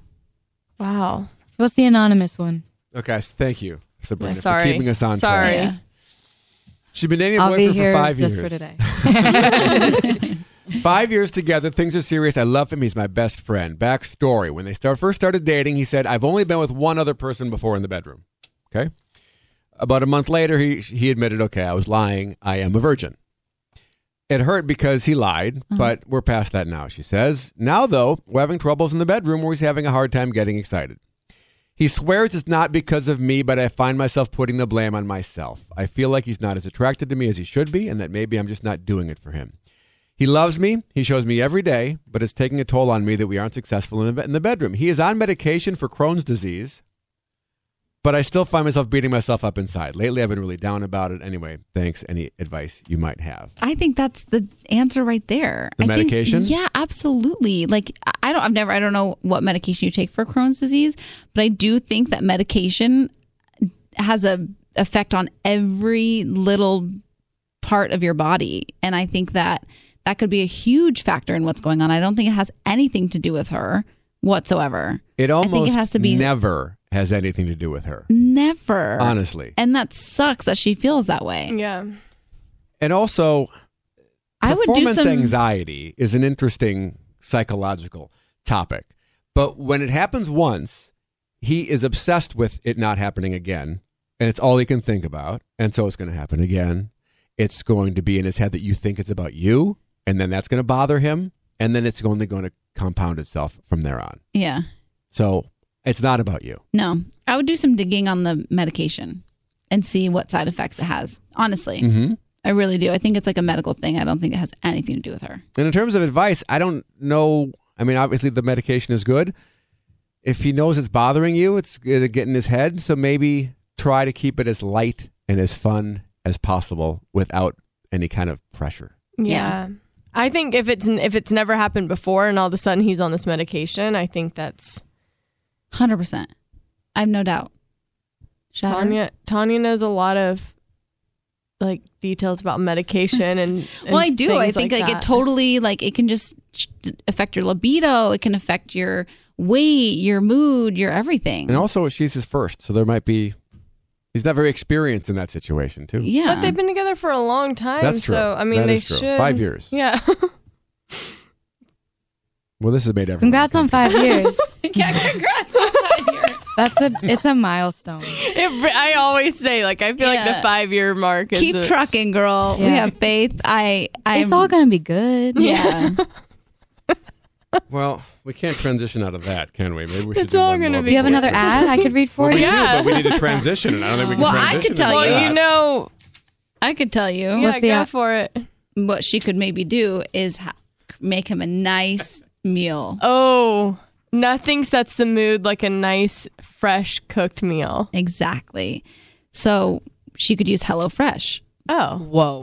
Wow.
What's the anonymous one?
Okay, so thank you, Sabrina,
Yeah, sorry.
for keeping us on
Sorry.
track.
Yeah.
She's been dating a
I'll be
boyfriend for
here
five
just
years.
for today.
Five years together, things are serious. I love him. He's my best friend. Backstory: When they start, first started dating, he said, "I've only been with one other person before in the bedroom." Okay. About a month later, he he admitted, "Okay, I was lying. I am a virgin." It hurt because he lied,
Mm-hmm.
but we're past that now. She says. Now though, we're having troubles in the bedroom where he's having a hard time getting excited. He swears it's not because of me, but I find myself putting the blame on myself. I feel like he's not as attracted to me as he should be, and that maybe I'm just not doing it for him. He loves me. He shows me every day, but it's taking a toll on me that we aren't successful in the, in the bedroom. He is on medication for Crohn's disease, but I still find myself beating myself up inside. Lately, I've been really down about it. Anyway, thanks. Any advice you might have?
I think that's the answer right there.
The
I think-
medication?
yeah, absolutely. Like I- I don't, I've never, I don't know what medication you take for Crohn's disease, but I do think that medication has a effect on every little part of your body, and I think that that could be a huge factor in what's going on. I don't think it has anything to do with her whatsoever.
It
I
almost
think it has to be
never has anything to do with her,
never,
honestly.
and that sucks that she feels that way.
Yeah.
And also,
I would do
performance
some
anxiety is an interesting psychological topic. But when it happens once, he is obsessed with it not happening again. And it's all he can think about. And so it's going to happen again. it's going to be in his head that you think it's about you, and then that's going to bother him, and then it's only going to compound itself from there on.
Yeah.
So it's not about you.
No, I would do some digging on the medication and see what side effects it has. Honestly,
Mm-hmm.
I really do. I think it's like a medical thing. I don't think it has anything to do with her.
And in terms of advice, I don't know. I mean, obviously the medication is good. If he knows it's bothering you, it's going to get in his head. So maybe try to keep it as light and as fun as possible without any kind of pressure.
Yeah.
Yeah. I think if it's if it's never happened before and all of a sudden he's on this medication, I think that's
Hundred percent. I have no doubt. Shout out.
Tanya Tanya knows a lot of like details about medication and,
Well, I do. I think like,
like
it totally like it can just ch- affect your libido. It can affect your weight, your mood, your everything.
And also, she's his first, so there might be. He's not very experienced in that situation, too.
yeah.
But they've been together for a long time,
That's true.
so I mean
That
they
is true.
should
Five years.
Yeah.
Well, this has made everyone.
Congrats on
uncomfortable.
five years.
yeah. Congrats on that year.
That's a it's a milestone.
It, I always say like I feel like
Yeah.
the 5 year mark is
Keep
a-
trucking, girl. We
Yeah.
have faith. I. I'm,
It's all gonna be good.
Yeah.
Well, we can't transition out of that, can we? Maybe we should.
It's
do
all
one
gonna
more
be-
Do you have
before
another
we-
ad I could read for
Well, we
you?
do,
Yeah.
but we need to transition, and I don't think we can.
Well, I
transition
could tell
into
you-
Well,
that.
you know,
I could tell you.
yeah,
What's the
go
op-
for it.
what she could maybe do is ha- make him a nice meal.
Oh, nothing sets the mood like a nice fresh cooked meal.
Exactly. So she could use HelloFresh
Oh.
Whoa.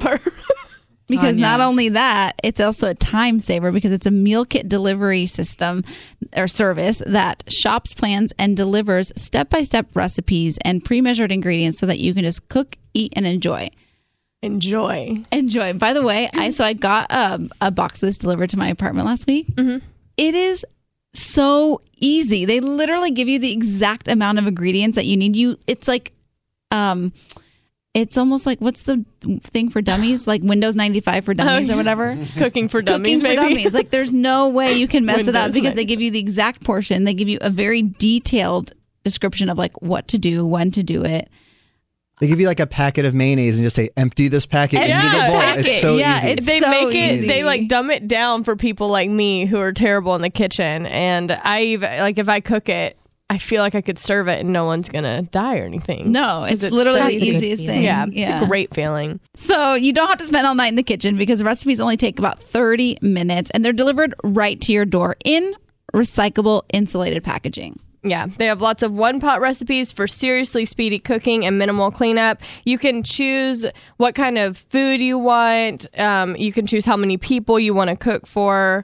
because
Tanya.
not only that, it's also a time saver because it's a meal kit delivery system or service that shops, plans, and delivers step by step recipes and pre measured ingredients so that you can just cook, eat, and enjoy.
Enjoy.
Enjoy. By the way,
Mm-hmm.
I so I got um, a box of this delivered to my apartment last week.
Mm-hmm.
It is so easy. They literally give you the exact amount of ingredients that you need. You, it's like, um, it's almost like what's the thing for dummies? Like Windows ninety five for dummies
yeah.
or whatever.
Cooking for Oh, dummies,
Cooking for
maybe.
dummies. Like there's no way you can mess it up
Windows
because they
95.
give you the exact portion. They give you a very detailed description of like what to do, when to do it.
They give you like a packet of mayonnaise and just say, empty this packet
Empty
into
this
the bowl.
packet.
It's so
Yeah,
easy.
it's-
they
so
make it
easy.
they like dumb it down for people like me who are terrible in the kitchen and i even like if i cook it i feel like i could serve it and no one's gonna die or anything
No, it's,
Is it
literally
so-
the
That's a good
easiest
feeling.
thing.
yeah, it's a great feeling
So you don't have to spend all night in the kitchen because the recipes only take about 30 minutes and they're delivered right to your door in recyclable insulated packaging.
yeah they have lots of one pot recipes for seriously speedy cooking and minimal cleanup you can choose what kind of food you want um, you can choose how many people you want to cook for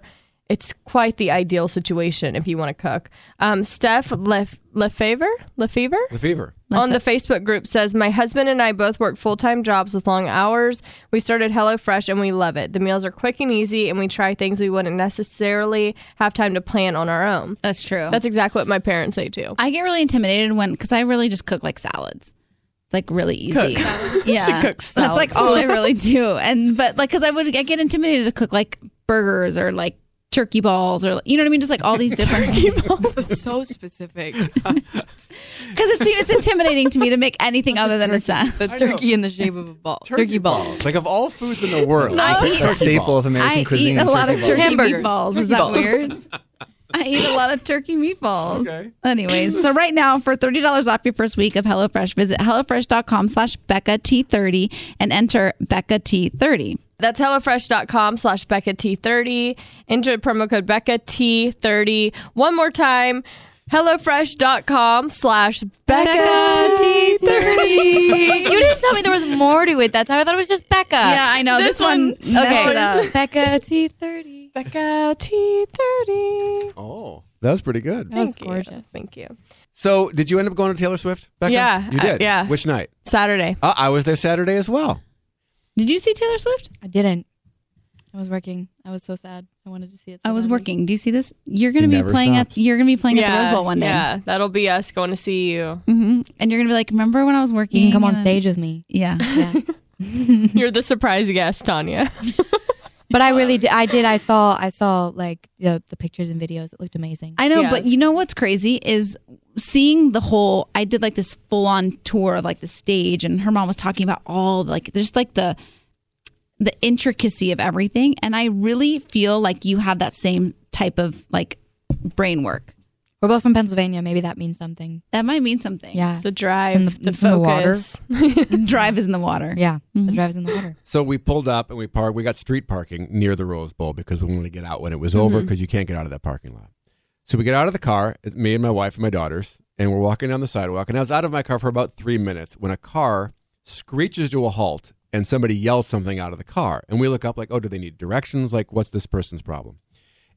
it's quite the ideal situation if you want to cook. Um, Steph Lef- Lefevre? Lefevre?
the fever.
on the Facebook group says, My husband and I both work full time jobs with long hours. We started HelloFresh and we love it. The meals are quick and easy, and we try things we wouldn't necessarily have time to plan on our own.
That's true.
That's exactly what my parents say too.
I get really intimidated when because I really just cook like salads. It's like really easy. Yeah,
She cooks
That's like
salads.
all I really do. And but like because I would I get intimidated to cook like burgers or like turkey balls or you know what I mean, just like all these different
so specific.
because it's it's intimidating to me to make anything other than a salad.
The turkey in the shape of a ball. Turkey, balls.
Like of all foods in the world,
I eat
a staple of American
I
cuisine.
eat a
and
lot of
turkey
turkey
balls.
meatballs.
Hamburgers.
Is
Turkey
that
balls.
weird? I eat a lot of turkey meatballs.
Okay.
Anyways, so right now for thirty dollars off your first week of HelloFresh, visit hellofresh.com/slash Becca T thirty and enter Becca T thirty.
That's HelloFresh.com slash Becca T30. Enter promo code Becca T30. One more time. HelloFresh.com slash Becca
T thirty.
you didn't tell me there was more to it that time. I thought it was just Becca.
Yeah, I know this,
This
one.
one-
messed
Okay.
it up.
Becca T thirty.
Becca T30.
Oh, that was pretty good.
That was
Thank you.
gorgeous.
Thank you.
So, did you end up going to Taylor Swift, Becca?
Yeah,
you
I-
did.
yeah.
Which night?
Saturday.
Uh, I was there Saturday as well.
Did you see Taylor Swift?
I didn't. I was working. I was so sad. I wanted to see it. so
I was
badly.
working. Do you see this? You're gonna
She
be
never
playing
stops.
at. You're gonna be playing at the Rose Bowl one day.
Yeah, that'll be us going to see you.
hmm And you're gonna be like, remember when I was working?
You can come on
and-
stage with me.
Yeah.
Yeah.
You're the surprise guest, Tanya.
but I really did. I did. I saw. I saw like the the pictures and videos. It looked amazing.
I know,
Yeah.
but you know what's crazy is seeing the whole. I did like this full on tour of like the stage, and her mom was talking about all like just like the the intricacy of everything. And I really feel like you have that same type of like brain work.
We're both from Pennsylvania. Maybe that means something.
That might mean something.
Yeah.
The drive,
It's in the-
the
it's in the water.
focus.
Drive is in the water.
yeah. The drive's in the water.
So we pulled up and we parked. We got street parking near the Rose Bowl because we wanted to get out when it was over because you can't get out of that parking lot. So we get out of the car, it's me and my wife and my daughters, and we're walking down the sidewalk. And I was out of my car for about three minutes when a car screeches to a halt and somebody yells something out of the car. And we look up like, oh, do they need directions? Like, what's this person's problem?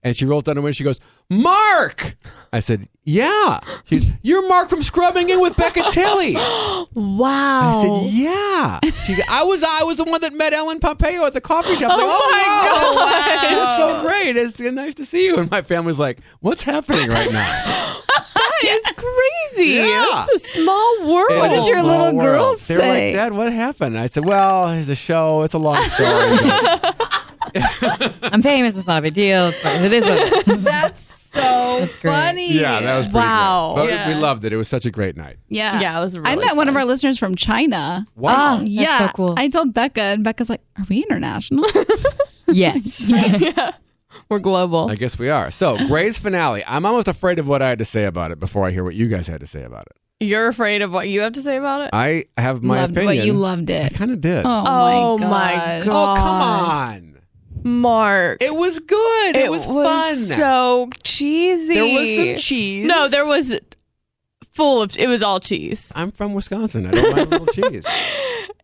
And she rolls down the window. She goes, Mark. I said, Yeah. She's, You're Mark from Scrubbing In with Becca Tilly. I
Wow.
Oh.
said, "Yeah." She, I was I was the one that met Ellen Pompeo at the coffee shop. Oh, like, oh
my
wow, that's so great! It's nice to see you. And my family's like, "What's happening right now?"
It's crazy.
Yeah.
It's a small world.
It was
did
a
your
small
little
world.
girls
They were
say?
like, "Dad, what happened?" I said, "Well, it's a show. It's a long story." but
I'm famous. It's not a big deal. It's fine. It is what it is.
That's so
That's great.
funny.
yeah, that was pretty
Wow.
Great. But
Yeah.
we loved it. It was such a great night.
Yeah.
Yeah, it was
I
really
met one of
fun.
our listeners from China.
Wow.
That's
yeah.
so cool.
I told Becca, and Becca's like, Are we international?
yes.
We're global.
I guess we are. So Gray's finale. I'm almost afraid of what I had to say about it before I hear what you guys had to say about it.
You're afraid of what you have to say about it?
I have my
loved
opinion.
but you loved
I
it.
kind of did.
Oh,
Oh
my
my
God.
God.
oh come on.
Mark.
It was good. It, was, fun.
So cheesy.
there was some cheese.
No, there was full of. It was all cheese.
I'm from Wisconsin. I don't mind a little cheese.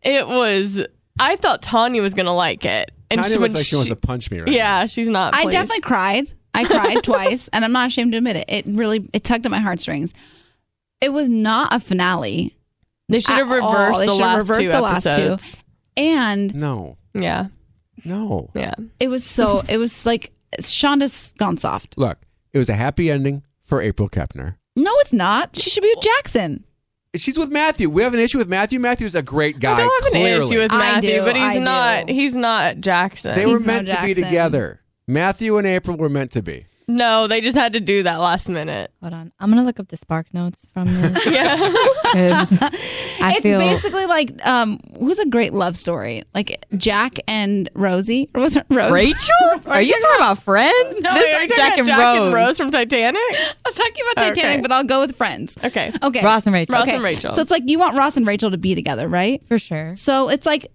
It was. I thought Tanya was gonna like it, and
And
she,
she
when
looks like she wants
she-
to punch me right
yeah, she's not.
I
pleased.
definitely cried. I cried twice, and I'm not ashamed to admit it. It really it tugged at my heartstrings. It was not a finale,
They should have
at all.
reversed
They
the
should
last
have reversed
two
the last two.
episodes.
and
No.
Yeah,
No.
yeah.
it was so it was like Shonda's gone soft.
Look, it was a happy ending for April Kepner.
No, it's not. She should be with Jackson.
She's with Matthew. We have an issue with Matthew. Matthew's a great guy.
I don't have
clearly.
an issue with
I
Matthew,
do,
but he's
I do.
not. He's not Jackson.
They were
no
meant to be
Jackson.
together. Matthew and April were meant to be.
no, they just had to do that last minute.
Hold on. I'm going to look up the spark notes from this.
Yeah,
'cause I
it's
feel.
basically like um, who's a great love story? Like Jack and Rosie, or was it Rose?
Rachel? Are you talking about friends?
no,
this
wait,
is
are you talking
Jack,
about
and,
Jack
Rose.
and Rose from Titanic.
I was talking about Titanic,
Okay.
but I'll go with Friends.
Okay,
Okay,
Ross and Rachel.
Ross
Okay.
and Rachel.
So it's like you want Ross and Rachel to be together, right?
For sure.
So it's like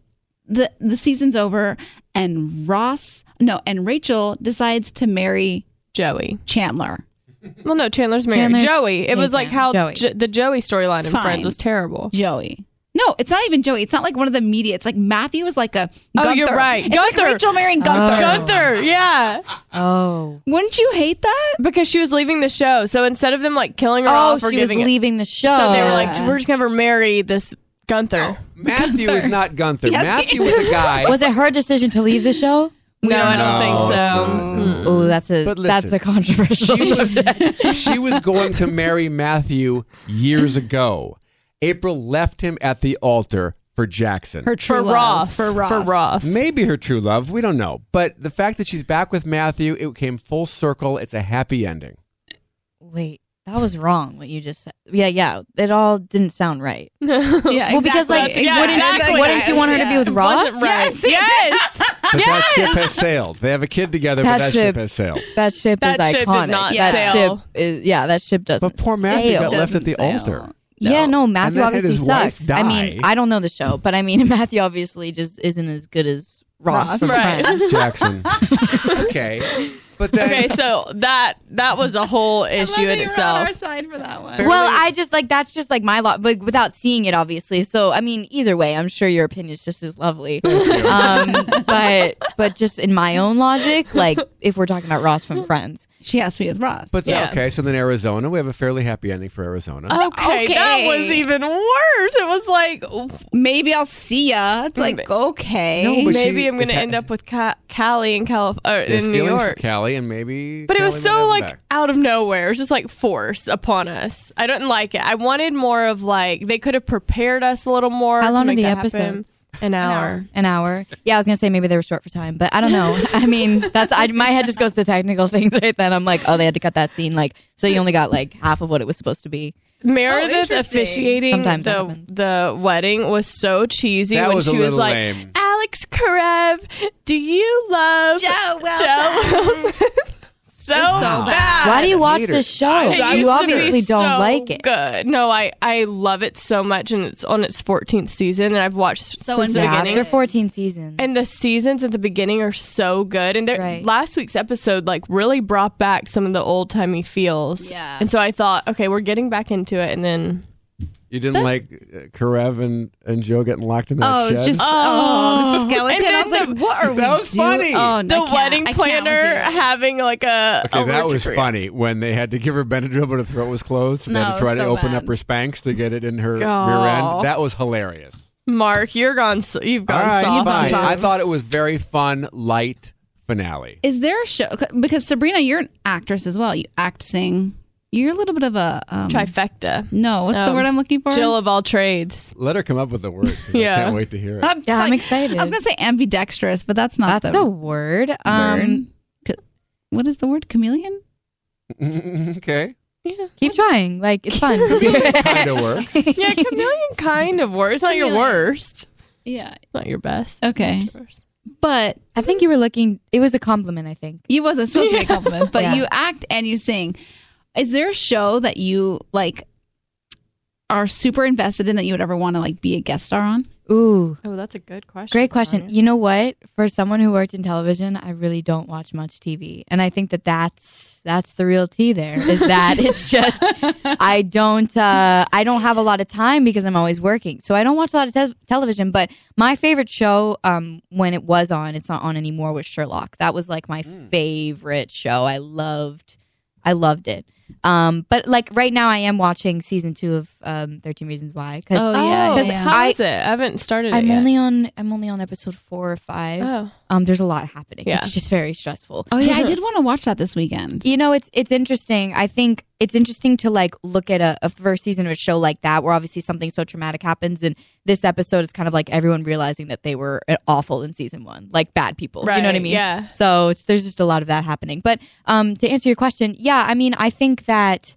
the the season's over, and Ross no, and Rachel decides to marry
Joey.
Chandler.
Well, no, Chandler's married.
Chandler's
Joey. It was like
taken.
how
Joey.
Jo- the Joey storyline in
Fine.
Friends was terrible.
Joey. No, it's not even Joey. It's not like one of the media. It's like Matthew is like a. Gunther.
Oh, you're right.
It's like
Gunther.
Rachel marrying Gunther.
Oh.
Gunther, yeah,
Oh.
Wouldn't you hate that?
because she was leaving the show. So instead of them like killing her
Oh,
off or
she was
giving it,
leaving the show.
so they were like,
Yeah.
"We're just gonna have her marry this Gunther."
Matthew is not Gunther.
Yes,
Matthew was a guy.
was it her decision to leave the show?
No, I
No,
don't think
it's
so.
not, no.
Oh, that's a
Mm. But
that's
listen,
a controversial subject.
she was going to marry Matthew years ago. April left him at the altar for Jackson.
Her true
For
love.
Ross,
For Ross.
for Ross.
Maybe her true love. We don't know. But the fact that she's back with Matthew, it came full circle. It's a happy ending.
Wait, that was wrong. What you just said. Yeah, yeah. It all didn't sound right.
Yeah.
Well, because like,
exactly.
yeah,
wouldn't
exactly.
she, wouldn't you want her to be with Ross?
Wasn't right. Yes,
But that ship has sailed. They have a kid together, but
That
that ship
ship-
has sailed.
That ship
That
is
ship did
iconic.
not
that
sail.
ship is yeah. That ship doesn't.
But poor Matthew
sail.
got left at the
Doesn't
altar.
sail.
Yeah, no,
And
Matthew
then had
obviously
his wife
sucks. I mean,
die.
I don't know the show, but I mean, Matthew obviously just isn't as good as
Ross.
Ross, from
Right.
Friends.
Jackson. okay. But then
okay, so that that was a whole issue in itself.
side for that one.
Well, I just like that's just like my lot, but without seeing it, obviously. So, I mean, either way, I'm sure your opinion is just as lovely. um, but but just in my own logic, like if we're talking about Ross from Friends,
She has to be with Ross.
but then,
Yeah. Oh,
okay, so then Arizona, we have a fairly happy ending for Arizona.
Okay, that
Okay.
was even worse. It was like
Maybe I'll see ya. It's like, okay.
No, but she
maybe I'm
is
gonna
ha-
end up with Ca- Callie in California,
There's
in New
feelings
York.
for Callie, and maybe.
But it was
Callie
so
might have him
like
back.
out of nowhere. It was just like force upon us. I didn't like it. I wanted more of like they could have prepared us a little more.
How
to
long are
make
the
that happen.
episodes?
An hour.
an hour. Yeah, I was gonna say maybe they were short for time, but I don't know. I mean, that's I, my head just goes to technical things right then. I'm like, oh, they had to cut that scene. Like, so you only got like half of what it was supposed to be.
Meredith
Oh, interesting.
officiating
Sometimes that
the
happens.
the wedding was so cheesy
That
when
was a
she was
little
like,
lame.
"Allie, Alex Karev, do you love
Joe, well
Joe so,
so
bad?
Why do you watch
Hater.
this show?
It used
you
to
obviously
be
don't
so
like it.
Good. No, I I love it so much, and it's on its 14th season, and I've watched
So
since the
invested.
Yeah,
beginning.
after 14 seasons.
And the seasons at the beginning are so good. And they're-
Right.
last week's episode like really brought back some of the old timey feels.
Yeah.
And so I thought, okay, we're getting back into it. And then
You didn't like uh, Karev and, and Joe getting locked in that
Oh,
shed?
it's just
Oh.
oh, the skeleton.
And
I was
then
like, what are
That
we
was
doing?
funny.
Oh, no, I
the
can't.
wedding
I can't with
planner
you.
having like a
Okay,
Oh,
a
that
word
was
trip.
funny when they had to give her Benadryl, but her throat was closed. and they had
No,
to try to
so
open
bad.
up her Spanx to get it in her
Oh.
rear end. That was hilarious.
Mark, you're gone. So you've
All
gone
right,
soft.
gone
fine.
soft.
I thought it was very fun, light finale.
Is there a show? Because Sabrina, you're an actress as well. You act, sing. You're a little bit of a um,
Trifecta.
No, what's the
Um,
word I'm looking for?
Jill of all trades.
Let her come up with the word. 'cause I
Yeah.
can't wait to hear it.
I'm,
yeah, I'm
like-
excited.
I was gonna say ambidextrous, but that's not.
That's
the
a word. Um,
word. C- what is the word? Chameleon.
okay,
Keep trying. Like, it's fun.
kind of works.
Yeah, chameleon kind of worst. It's not your
Chameleon.
worst.
Yeah.
It's not your best.
Okay.
It's worse.
But
I think you were looking, it was a compliment, I think.
you wasn't supposed to be a compliment. But
Yeah.
you act and you sing. Is there a show that you like? Are super invested in that you would ever want to like be a guest star on?
Ooh,
Oh, that's a good question.
great question.
Tanya.
You know what? For someone who worked in television, I really don't watch much TV. And I think that that's, that's the real tea there is that it's just, I don't, uh, I don't have a lot of time because I'm always working. So I don't watch a lot of te- television, but my favorite show, um, when it was on, it's not on anymore was Sherlock. That was like my favorite show. I loved, I loved it. Um, but like right now I am watching season two of, um, 13 Reasons Why. Cause
Oh, yeah,
Because
yeah.
how
I-
is it? I haven't started it
I'm
yet.
only on I'm only on episode four or five.
oh.
Um, there's a lot happening.
Yeah.
It's just very stressful.
Oh yeah, I did want to watch that this weekend.
You know, it's it's interesting. I think it's interesting to like look at a, a first season of a show like that, where obviously something so traumatic happens, and this episode is kind of like everyone realizing that they were uh, awful in season one, like bad people. You know what I
Right,
mean?
yeah.
So it's, there's just a lot of that happening. But um, to answer your question, yeah, I mean, I think that.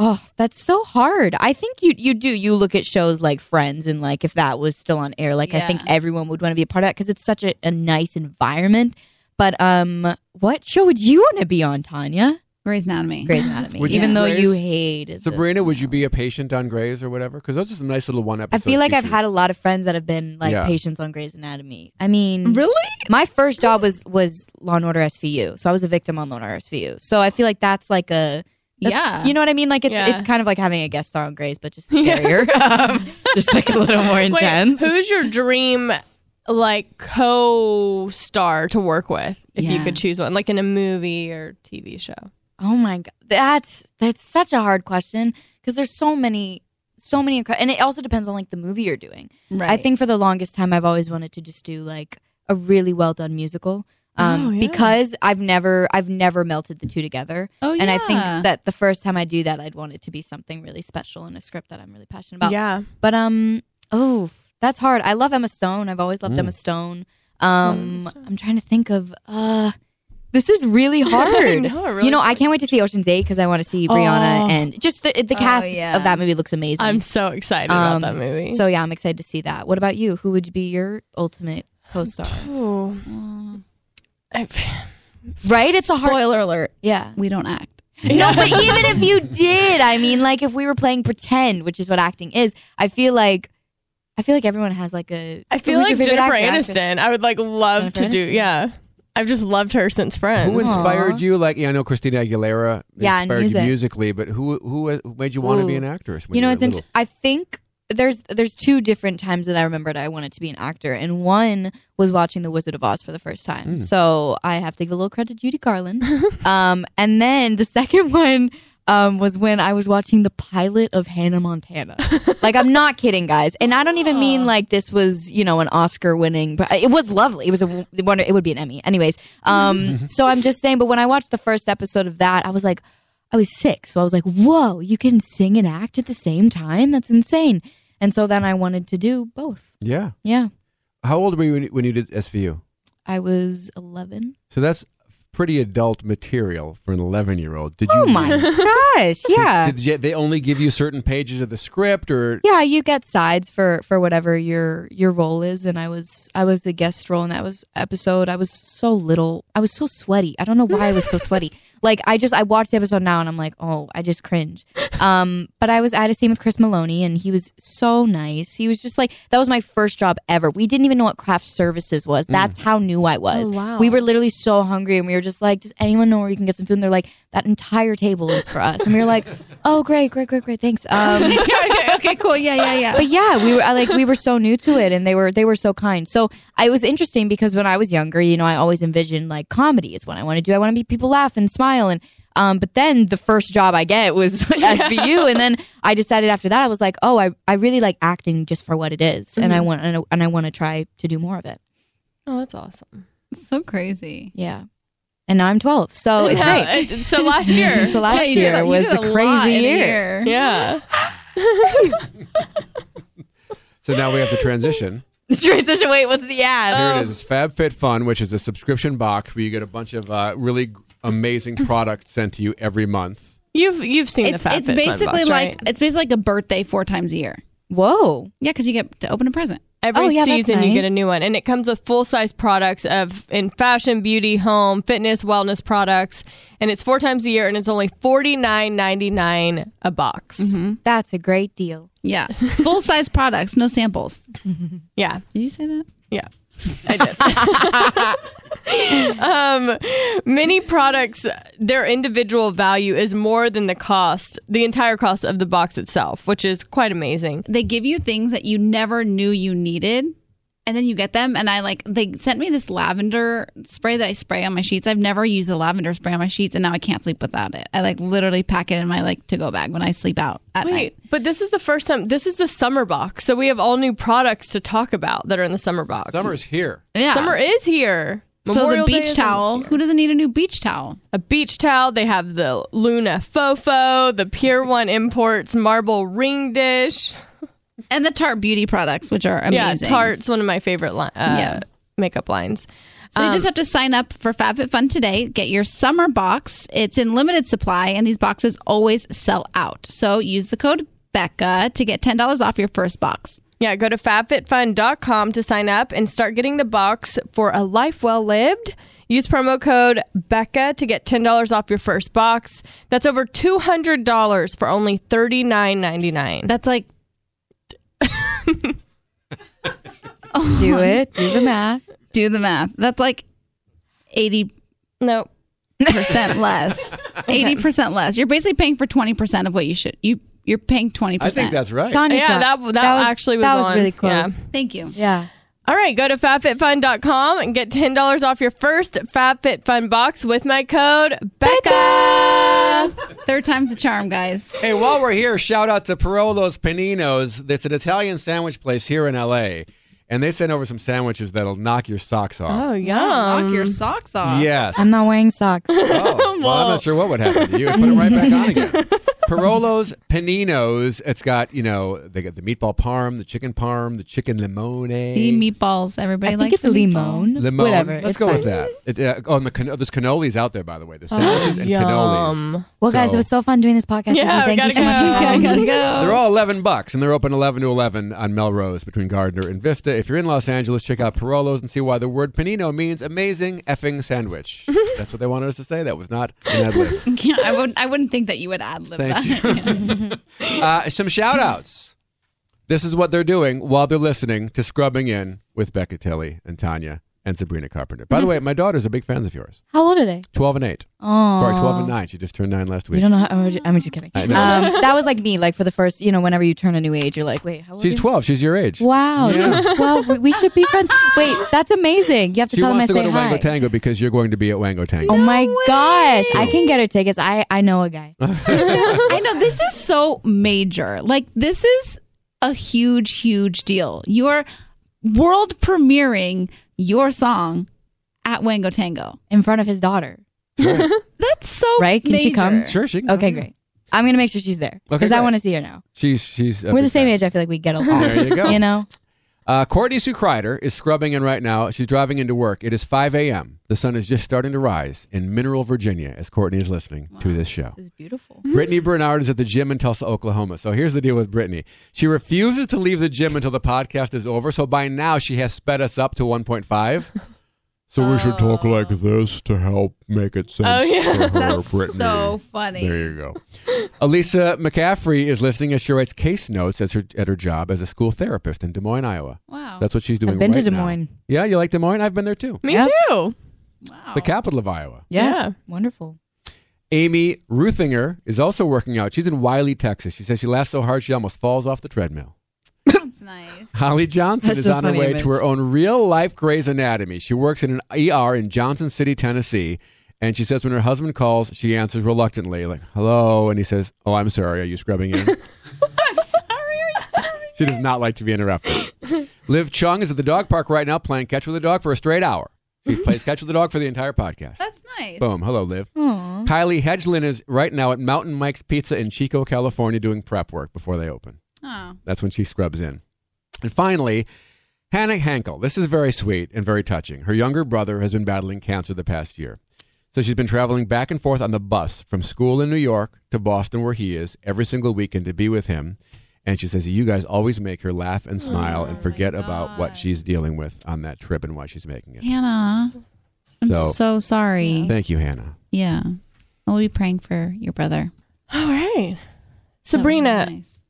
Oh, that's so hard. I think you you do you look at shows like Friends and like if that was still on air, like I think
Yeah.
everyone would want to be a part of that because it's such a, a nice environment. But um, what show would you want to be on, Tanya?
Grey's Anatomy.
Grey's Anatomy.
Would you-
Even though
Grey's-
you hated
Sabrina, would you be a patient on Grays or whatever? Because those are some nice little one
I
episode.
feel like I've
features.
had a lot of friends that have been like
Yeah.
patients on Grey's Anatomy. I mean,
Really?
my first job was was Law and Order SVU, so I was a victim on Law and Order SVU. So I feel like that's like a that's-
Yeah.
you know what I mean? Like it's
Yeah.
it's kind of like having a guest star on Grey's, but just
Yeah.
scarier, um, just like a little more intense.
Wait, who's your dream like co-star to work with if you
Yeah.
could choose one, like in a movie or TV show?
Oh my god, that's that's such a hard question because there's so many, so many, inc- and it also depends on like the movie you're doing.
Right.
I think for the longest time, I've always wanted to just do like a really well done musical. Um,
Oh, yeah.
because I've never, I've never melted the two together.
Oh,
And I think
yeah.
that the first time I do that, I'd want it to be something really special in a script that I'm really passionate about.
yeah.
But um, oh, that's hard. I love Emma Stone. I've always loved
Mm.
Emma Stone.
Emma
Um,
Stone.
I'm trying to think of uh, this is really hard.
No, it really
you know, I
is.
can't wait to see Ocean's Eight because I want to see Brianna
Oh.
and just the the cast
yeah.
of that movie looks amazing.
I'm so excited
Um,
about that movie.
so yeah, I'm excited to see that. What about you? Who would be your ultimate co-star?
Ooh. I-
right? It's a hard.
Spoiler alert:
Yeah.
we don't act.
No, but even if you did, I mean, like if we were playing pretend, which is what acting is, I feel like, I feel like everyone has like a.
I feel
Who's your
like
favorite
Jennifer
actor, actress?
Aniston. I would like love
Jennifer
to do.
Aniston?
Yeah, I've just loved her since Friends.
Who
is-
inspired
Aw.
you? Like, yeah, I know Christina Aguilera
Yeah,
inspired
music.
you musically, but who who who made you want to be
Ooh.
an actress? when
you know,
were
it's. Int-
little?
I think there's there's two different times that I remembered I wanted to be an actor, and one was watching The Wizard of Oz for the first time.
Mm.
So I have to give a little credit to Judy Garland. um, and then the second one. Um, was when I was watching the pilot of Hannah Montana. like I'm not kidding, guys, and I don't
Ah.
even mean like this was you know an Oscar-winning, but it was lovely. It was a w- wonder. It would be an Emmy, anyways. Um, so I'm just saying. But when I watched the first episode of that, I was like, I was six, so I was like, "Whoa, you can sing and act at the same time? That's insane!" And so then I wanted to do both.
yeah.
Yeah,
How old were you when you- when you did SVU?
I was eleven.
So that's pretty adult material for an 11 year old. Did you?
Oh my gosh. Yeah.
Did you, they only give you certain pages of the script, or
Yeah, you get sides for for whatever your your role is and I was I was a guest role in that was episode. I was so little. I was so sweaty. I don't know why I was so sweaty. Like I just I watched the episode now and I'm like, "Oh, I just cringe." Um, but I was at a scene with Chris Maloney and he was so nice. He was just like that was my first job ever. We didn't even know what craft services was. That's how new I was.
wow.
We were literally so hungry and we were just like, "Does anyone know where you can get some food?" And they're like, "That entire table is for us." And we were like, "Oh, great, great, great, great. Thanks." Um
okay, okay, cool. Yeah, yeah, yeah.
but yeah, we were I, like we were so new to it, and they were they were so kind. So I, it was interesting because when I was younger, you know, I always envisioned like comedy is what I want to do. I want to make people laugh and smile, and um, but then the first job I get was SVU, and then I decided after that I was like, oh, I, I really like acting just for what it is, and I want and I, and I want to try to do more of it.
Oh, that's awesome.
So crazy.
Yeah, and now I'm 12, so it's
Yeah,
great.
it- So last year.
So last
Yeah, you did
year
a- you
was
did
a
lot
crazy
in a
year.
Yeah.
so now we have to transition.
Transition. Wait, what's the ad?
Here it is. It's FabFitFun, which is a subscription box where you get a bunch of uh, really g- amazing products sent to you every month.
You've you've seen
It's
the Fat
it's basically
box,
like
right?
it's basically like a birthday four times a year.
Whoa.
Yeah, because you get to open a present.
every
Oh, yeah, that's
season you get a
nice.
new one, and it comes with full size products of in fashion, beauty, home, fitness, wellness products, and it's four times a year, and it's only forty nine ninety nine a box.
That's a great deal.
Yeah, full size products, no samples.
Yeah,
Did you say that?
yeah. um, many products, their individual value is more than the cost, the entire cost of the box itself, which is quite amazing.
They give you things that you never knew you needed, and then you get them. And I like they sent me this lavender spray that I spray on my sheets. I've never used the lavender spray on my sheets, and now I can't sleep without it. I like literally pack it in my like to go bag when I sleep out at night.
Wait, but this is the first time. This is the summer box, so we have all new products to talk about that are in the summer box.
Summer's here.
Yeah.
Summer is here.
so the
Memorial Day is
beach
almost
towel.
here.
Who doesn't need a new beach towel?
a beach towel. They have the Luna Fofo, the Pier One Imports marble ring dish.
And the Tarte Beauty products, which are amazing.
Yeah, Tarte's one of my favorite li- uh,
Yeah.
makeup lines.
So you just have to sign up for FabFitFun today. Get your summer box. It's in limited supply, and these boxes always sell out. So use the code Becca to get ten dollars off your first box.
Yeah, go to fabfitfun.com to sign up and start getting the box for a life well lived. Use promo code Becca to get $10 off your first box. That's over $200 for only $39.99.
That's like
Do it. Do the math.
do the math. That's like eighty
No.
percent less. Eighty percent less. You're basically paying for twenty percent of what you should. You you're paying twenty
I
percent.
think that's right.
Tanya
Yeah,
Trump.
that- that actually was
that was
on.
really
Yeah.
close.
Thank you.
Yeah.
All right, go to fabfitfun.com and get $10 off your first FabFitFun box with my code Becca.
Third time's the charm, guys.
Hey, while we're here, shout out to Parolo's Paninos. It's an Italian sandwich place here in LA, and they sent over some sandwiches that'll knock your socks off.
Oh,
Knock
yum.
your socks
Oh.
off.
Yes.
I'm not wearing socks.
Oh, well, I'm not sure what would happen to you. I'd Put it right back on again. Parolo's Paninos. It's got you know they got the meatball parm, the chicken parm, the chicken limone.
The meatballs. Everybody
I think
likes
it's
the meatball.
limon.
Limone.
Whatever.
Let's
it's
go with
fine. Ah,
that. It, uh, oh, and the can- oh, there's cannolis out there, by the way. There's sandwiches and cannolis.
Yum.
Well, guys,
So-
it was so fun doing this podcast. with
Yeah,
you. thank you
we gotta
so much
go.
for having
Gotta
me.
They're all 11 bucks, and they're open 11 to 11 on Melrose between Gardner and Vista. If you're in Los Angeles, check out Parolo's and see why the word panino means amazing effing sandwich. That's what they wanted us to say. That was not an ad lib.
Yeah, I wouldn't. I wouldn't think that you would ad lib that.
Thank you. uh, some shout outs. This is what they're doing while they're listening to Scrubbing In with Becca Tilly and Tanya and Sabrina Carpenter. By the way, my daughters are big fans of yours.
How old are they?
12 and 8.
Oh,
Sorry, 12 and 9. She just turned 9 last
You
week.
don't know. How, I'm, just, I'm just kidding.
I
Um,
know.
that was like me. Like for the first, you know, whenever you turn a new age, you're like, wait, how old?
She's
are you?
12. She's your age.
Wow, she's 12. We- We should be friends. Wait, that's amazing. You have to
She
tell them I
wants to
say
go to
hi.
Wango Tango because you're going to be at Wango Tango.
Oh my gosh, I can get her tickets. I I know a guy.
I know this is so major. Like this is a huge, huge deal. You're world premiering your song at Wango Tango.
in front of his daughter.
That's so
Right? Can she
major.
come?
Sure, she can.
Oh.
Okay, great. I'm gonna make sure she's there
Okay,
because I
great.
want to see her now.
She's she's a
We're
big
the same
fan.
age. I feel like we get along.
There you go.
You know,
Uh, Courtney Sue Kreider is scrubbing in right now. She's driving into work. It is 5 a.m. The sun is just starting to rise in Mineral, Virginia, as Courtney is listening to this show.
This is beautiful.
Brittany Bernard is at the gym in Tulsa, Oklahoma. So here's the deal with Brittany. She refuses to leave the gym until the podcast is over. So by now she has sped us up to 1.5. So we
Oh.
should talk like this to help make it sense
Oh, yeah.
for her,
That's
Brittany.
so funny.
There you go. Elisa McCaffrey is listening as she writes case notes as her, at her job as a school therapist in Des Moines, Iowa.
Wow.
That's what she's
Oh.
doing.
I've been to
right
Des
now.
Moines.
Yeah, you like Des Moines? I've been there too.
Me
Yeah.
too.
wow.
The capital of Iowa.
Yeah,
Yeah.
wonderful.
Amy Ruthinger is also working out. She's in Wiley, Texas. She says she laughs so hard she almost falls off the treadmill.
That's nice.
Holly Johnson
That's
is
a
on her
funny
way
image.
to her own real life Grey's Anatomy. She works in an ER in Johnson City, Tennessee. And she says when her husband calls, she answers reluctantly, like, hello. And he says, oh, I'm sorry. Are you scrubbing in?
I'm sorry. Are you sorry?
she does not like to be interrupted. Liv Chung is at the dog park right now playing catch with the dog for a straight hour. She plays catch with the dog for the entire podcast.
That's nice.
Boom. Hello, Liv.
Aw.
Kylie Hedgelin is right now at Mountain Mike's Pizza in Chico, California, doing prep work before they open.
Oh,
That's when she scrubs in. And finally, Hannah Hankel. This is very sweet and very touching. Her younger brother has been battling cancer the past year. So she's been traveling back and forth on the bus from school in New York to Boston, where he is, every single weekend to be with him. And she says, You guys always make her laugh and smile and forget about what she's dealing with on that trip and why she's making it.
Hannah. I'm
So-
so, sorry.
Thank you, Hannah.
Yeah. I'll be praying for your brother.
All right.
That was really
Sabrina,
nice.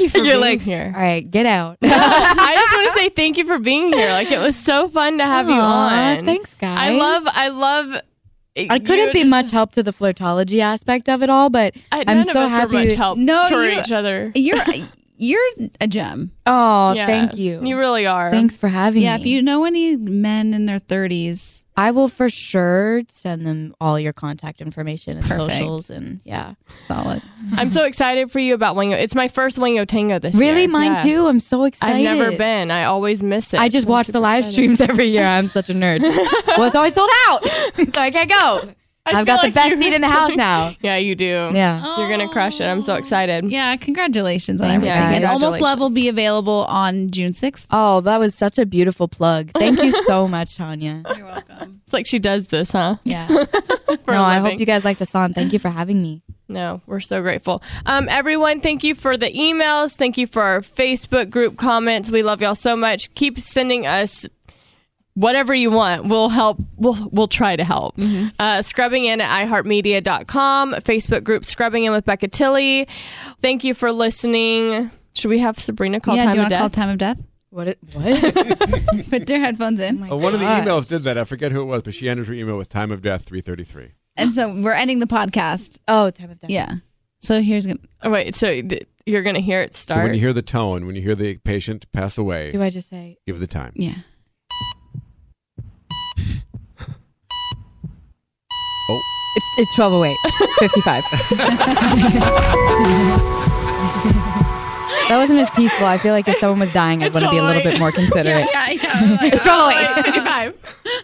you for
You're
being
like-
here.
All right, get out.
I just want to say thank you for being here. Like it was so fun to have you
Aw,
on.
Thanks, guys.
I love. I love. eh,
I couldn't be much help to the flirtology aspect of it all, but
I,
I'm
none
so
of us
happy.
Are much help
No,
for
you-
each other.
You're you're a gem.
Oh,
Yeah.
thank you.
You really are.
Thanks for having
Yeah.
me.
If you know any men in their 30s,
I will for sure send them all your contact information and
Perfect.
socials and yeah.
solid.
I'm so excited for you about Wingo. It's my first Wingo Tango this year.
Really, mine
Yeah.
too. I'm so excited.
I've never been. I always miss it.
I just watch the live streams every year. I'm such a nerd. well, it's always sold out, so I can't go.
I
I've
feel
got the
like
best
you-
seat in the house now.
Yeah, you do.
Yeah.
You're gonna crush it. I'm so excited.
Oh. Yeah. Congratulations on
Thanks,
everything.
guys.
And Almost
Congratulations.
Love will be available on June 6th.
Oh, that was such a beautiful plug. Thank you so much, Tanya.
You're welcome.
It's like she does this, huh?
Yeah.
For
no,
a
I hope
living.
you guys like the song. Thank you for having me.
No, we're so grateful. Um, everyone, thank you for the emails. Thank you for our Facebook group comments. We love y'all so much. Keep sending us whatever you want. We'll help. We'll we'll try to help. Uh, scrubbing in at iHeartMedia.com. Facebook group Scrubbing In with Becca Tilly. Thank you for listening. Should we have Sabrina call
yeah. do
time
you
of
want to call
death?
time of death?
What? It, what?
Put your headphones
Oh
in.
Oh My
Well, Oh, one of the
gosh.
emails did that. I forget who it was, but she ended her email with time of death 333.
And so we're ending the podcast.
Oh, time of death.
Yeah. So here's gonna.
oh, wait, so th- you're gonna hear it
So
start.
when you hear the tone, when you hear the patient pass away,
Do I just say?
give the time.
Yeah.
Oh.
It's it's 1208, 55. that wasn't as peaceful. I feel like if someone was dying, I'd
It's
want to be a little
12:08.
bit more considerate.
yeah, yeah. We're like,
It's 12:08.
"Oh, 55."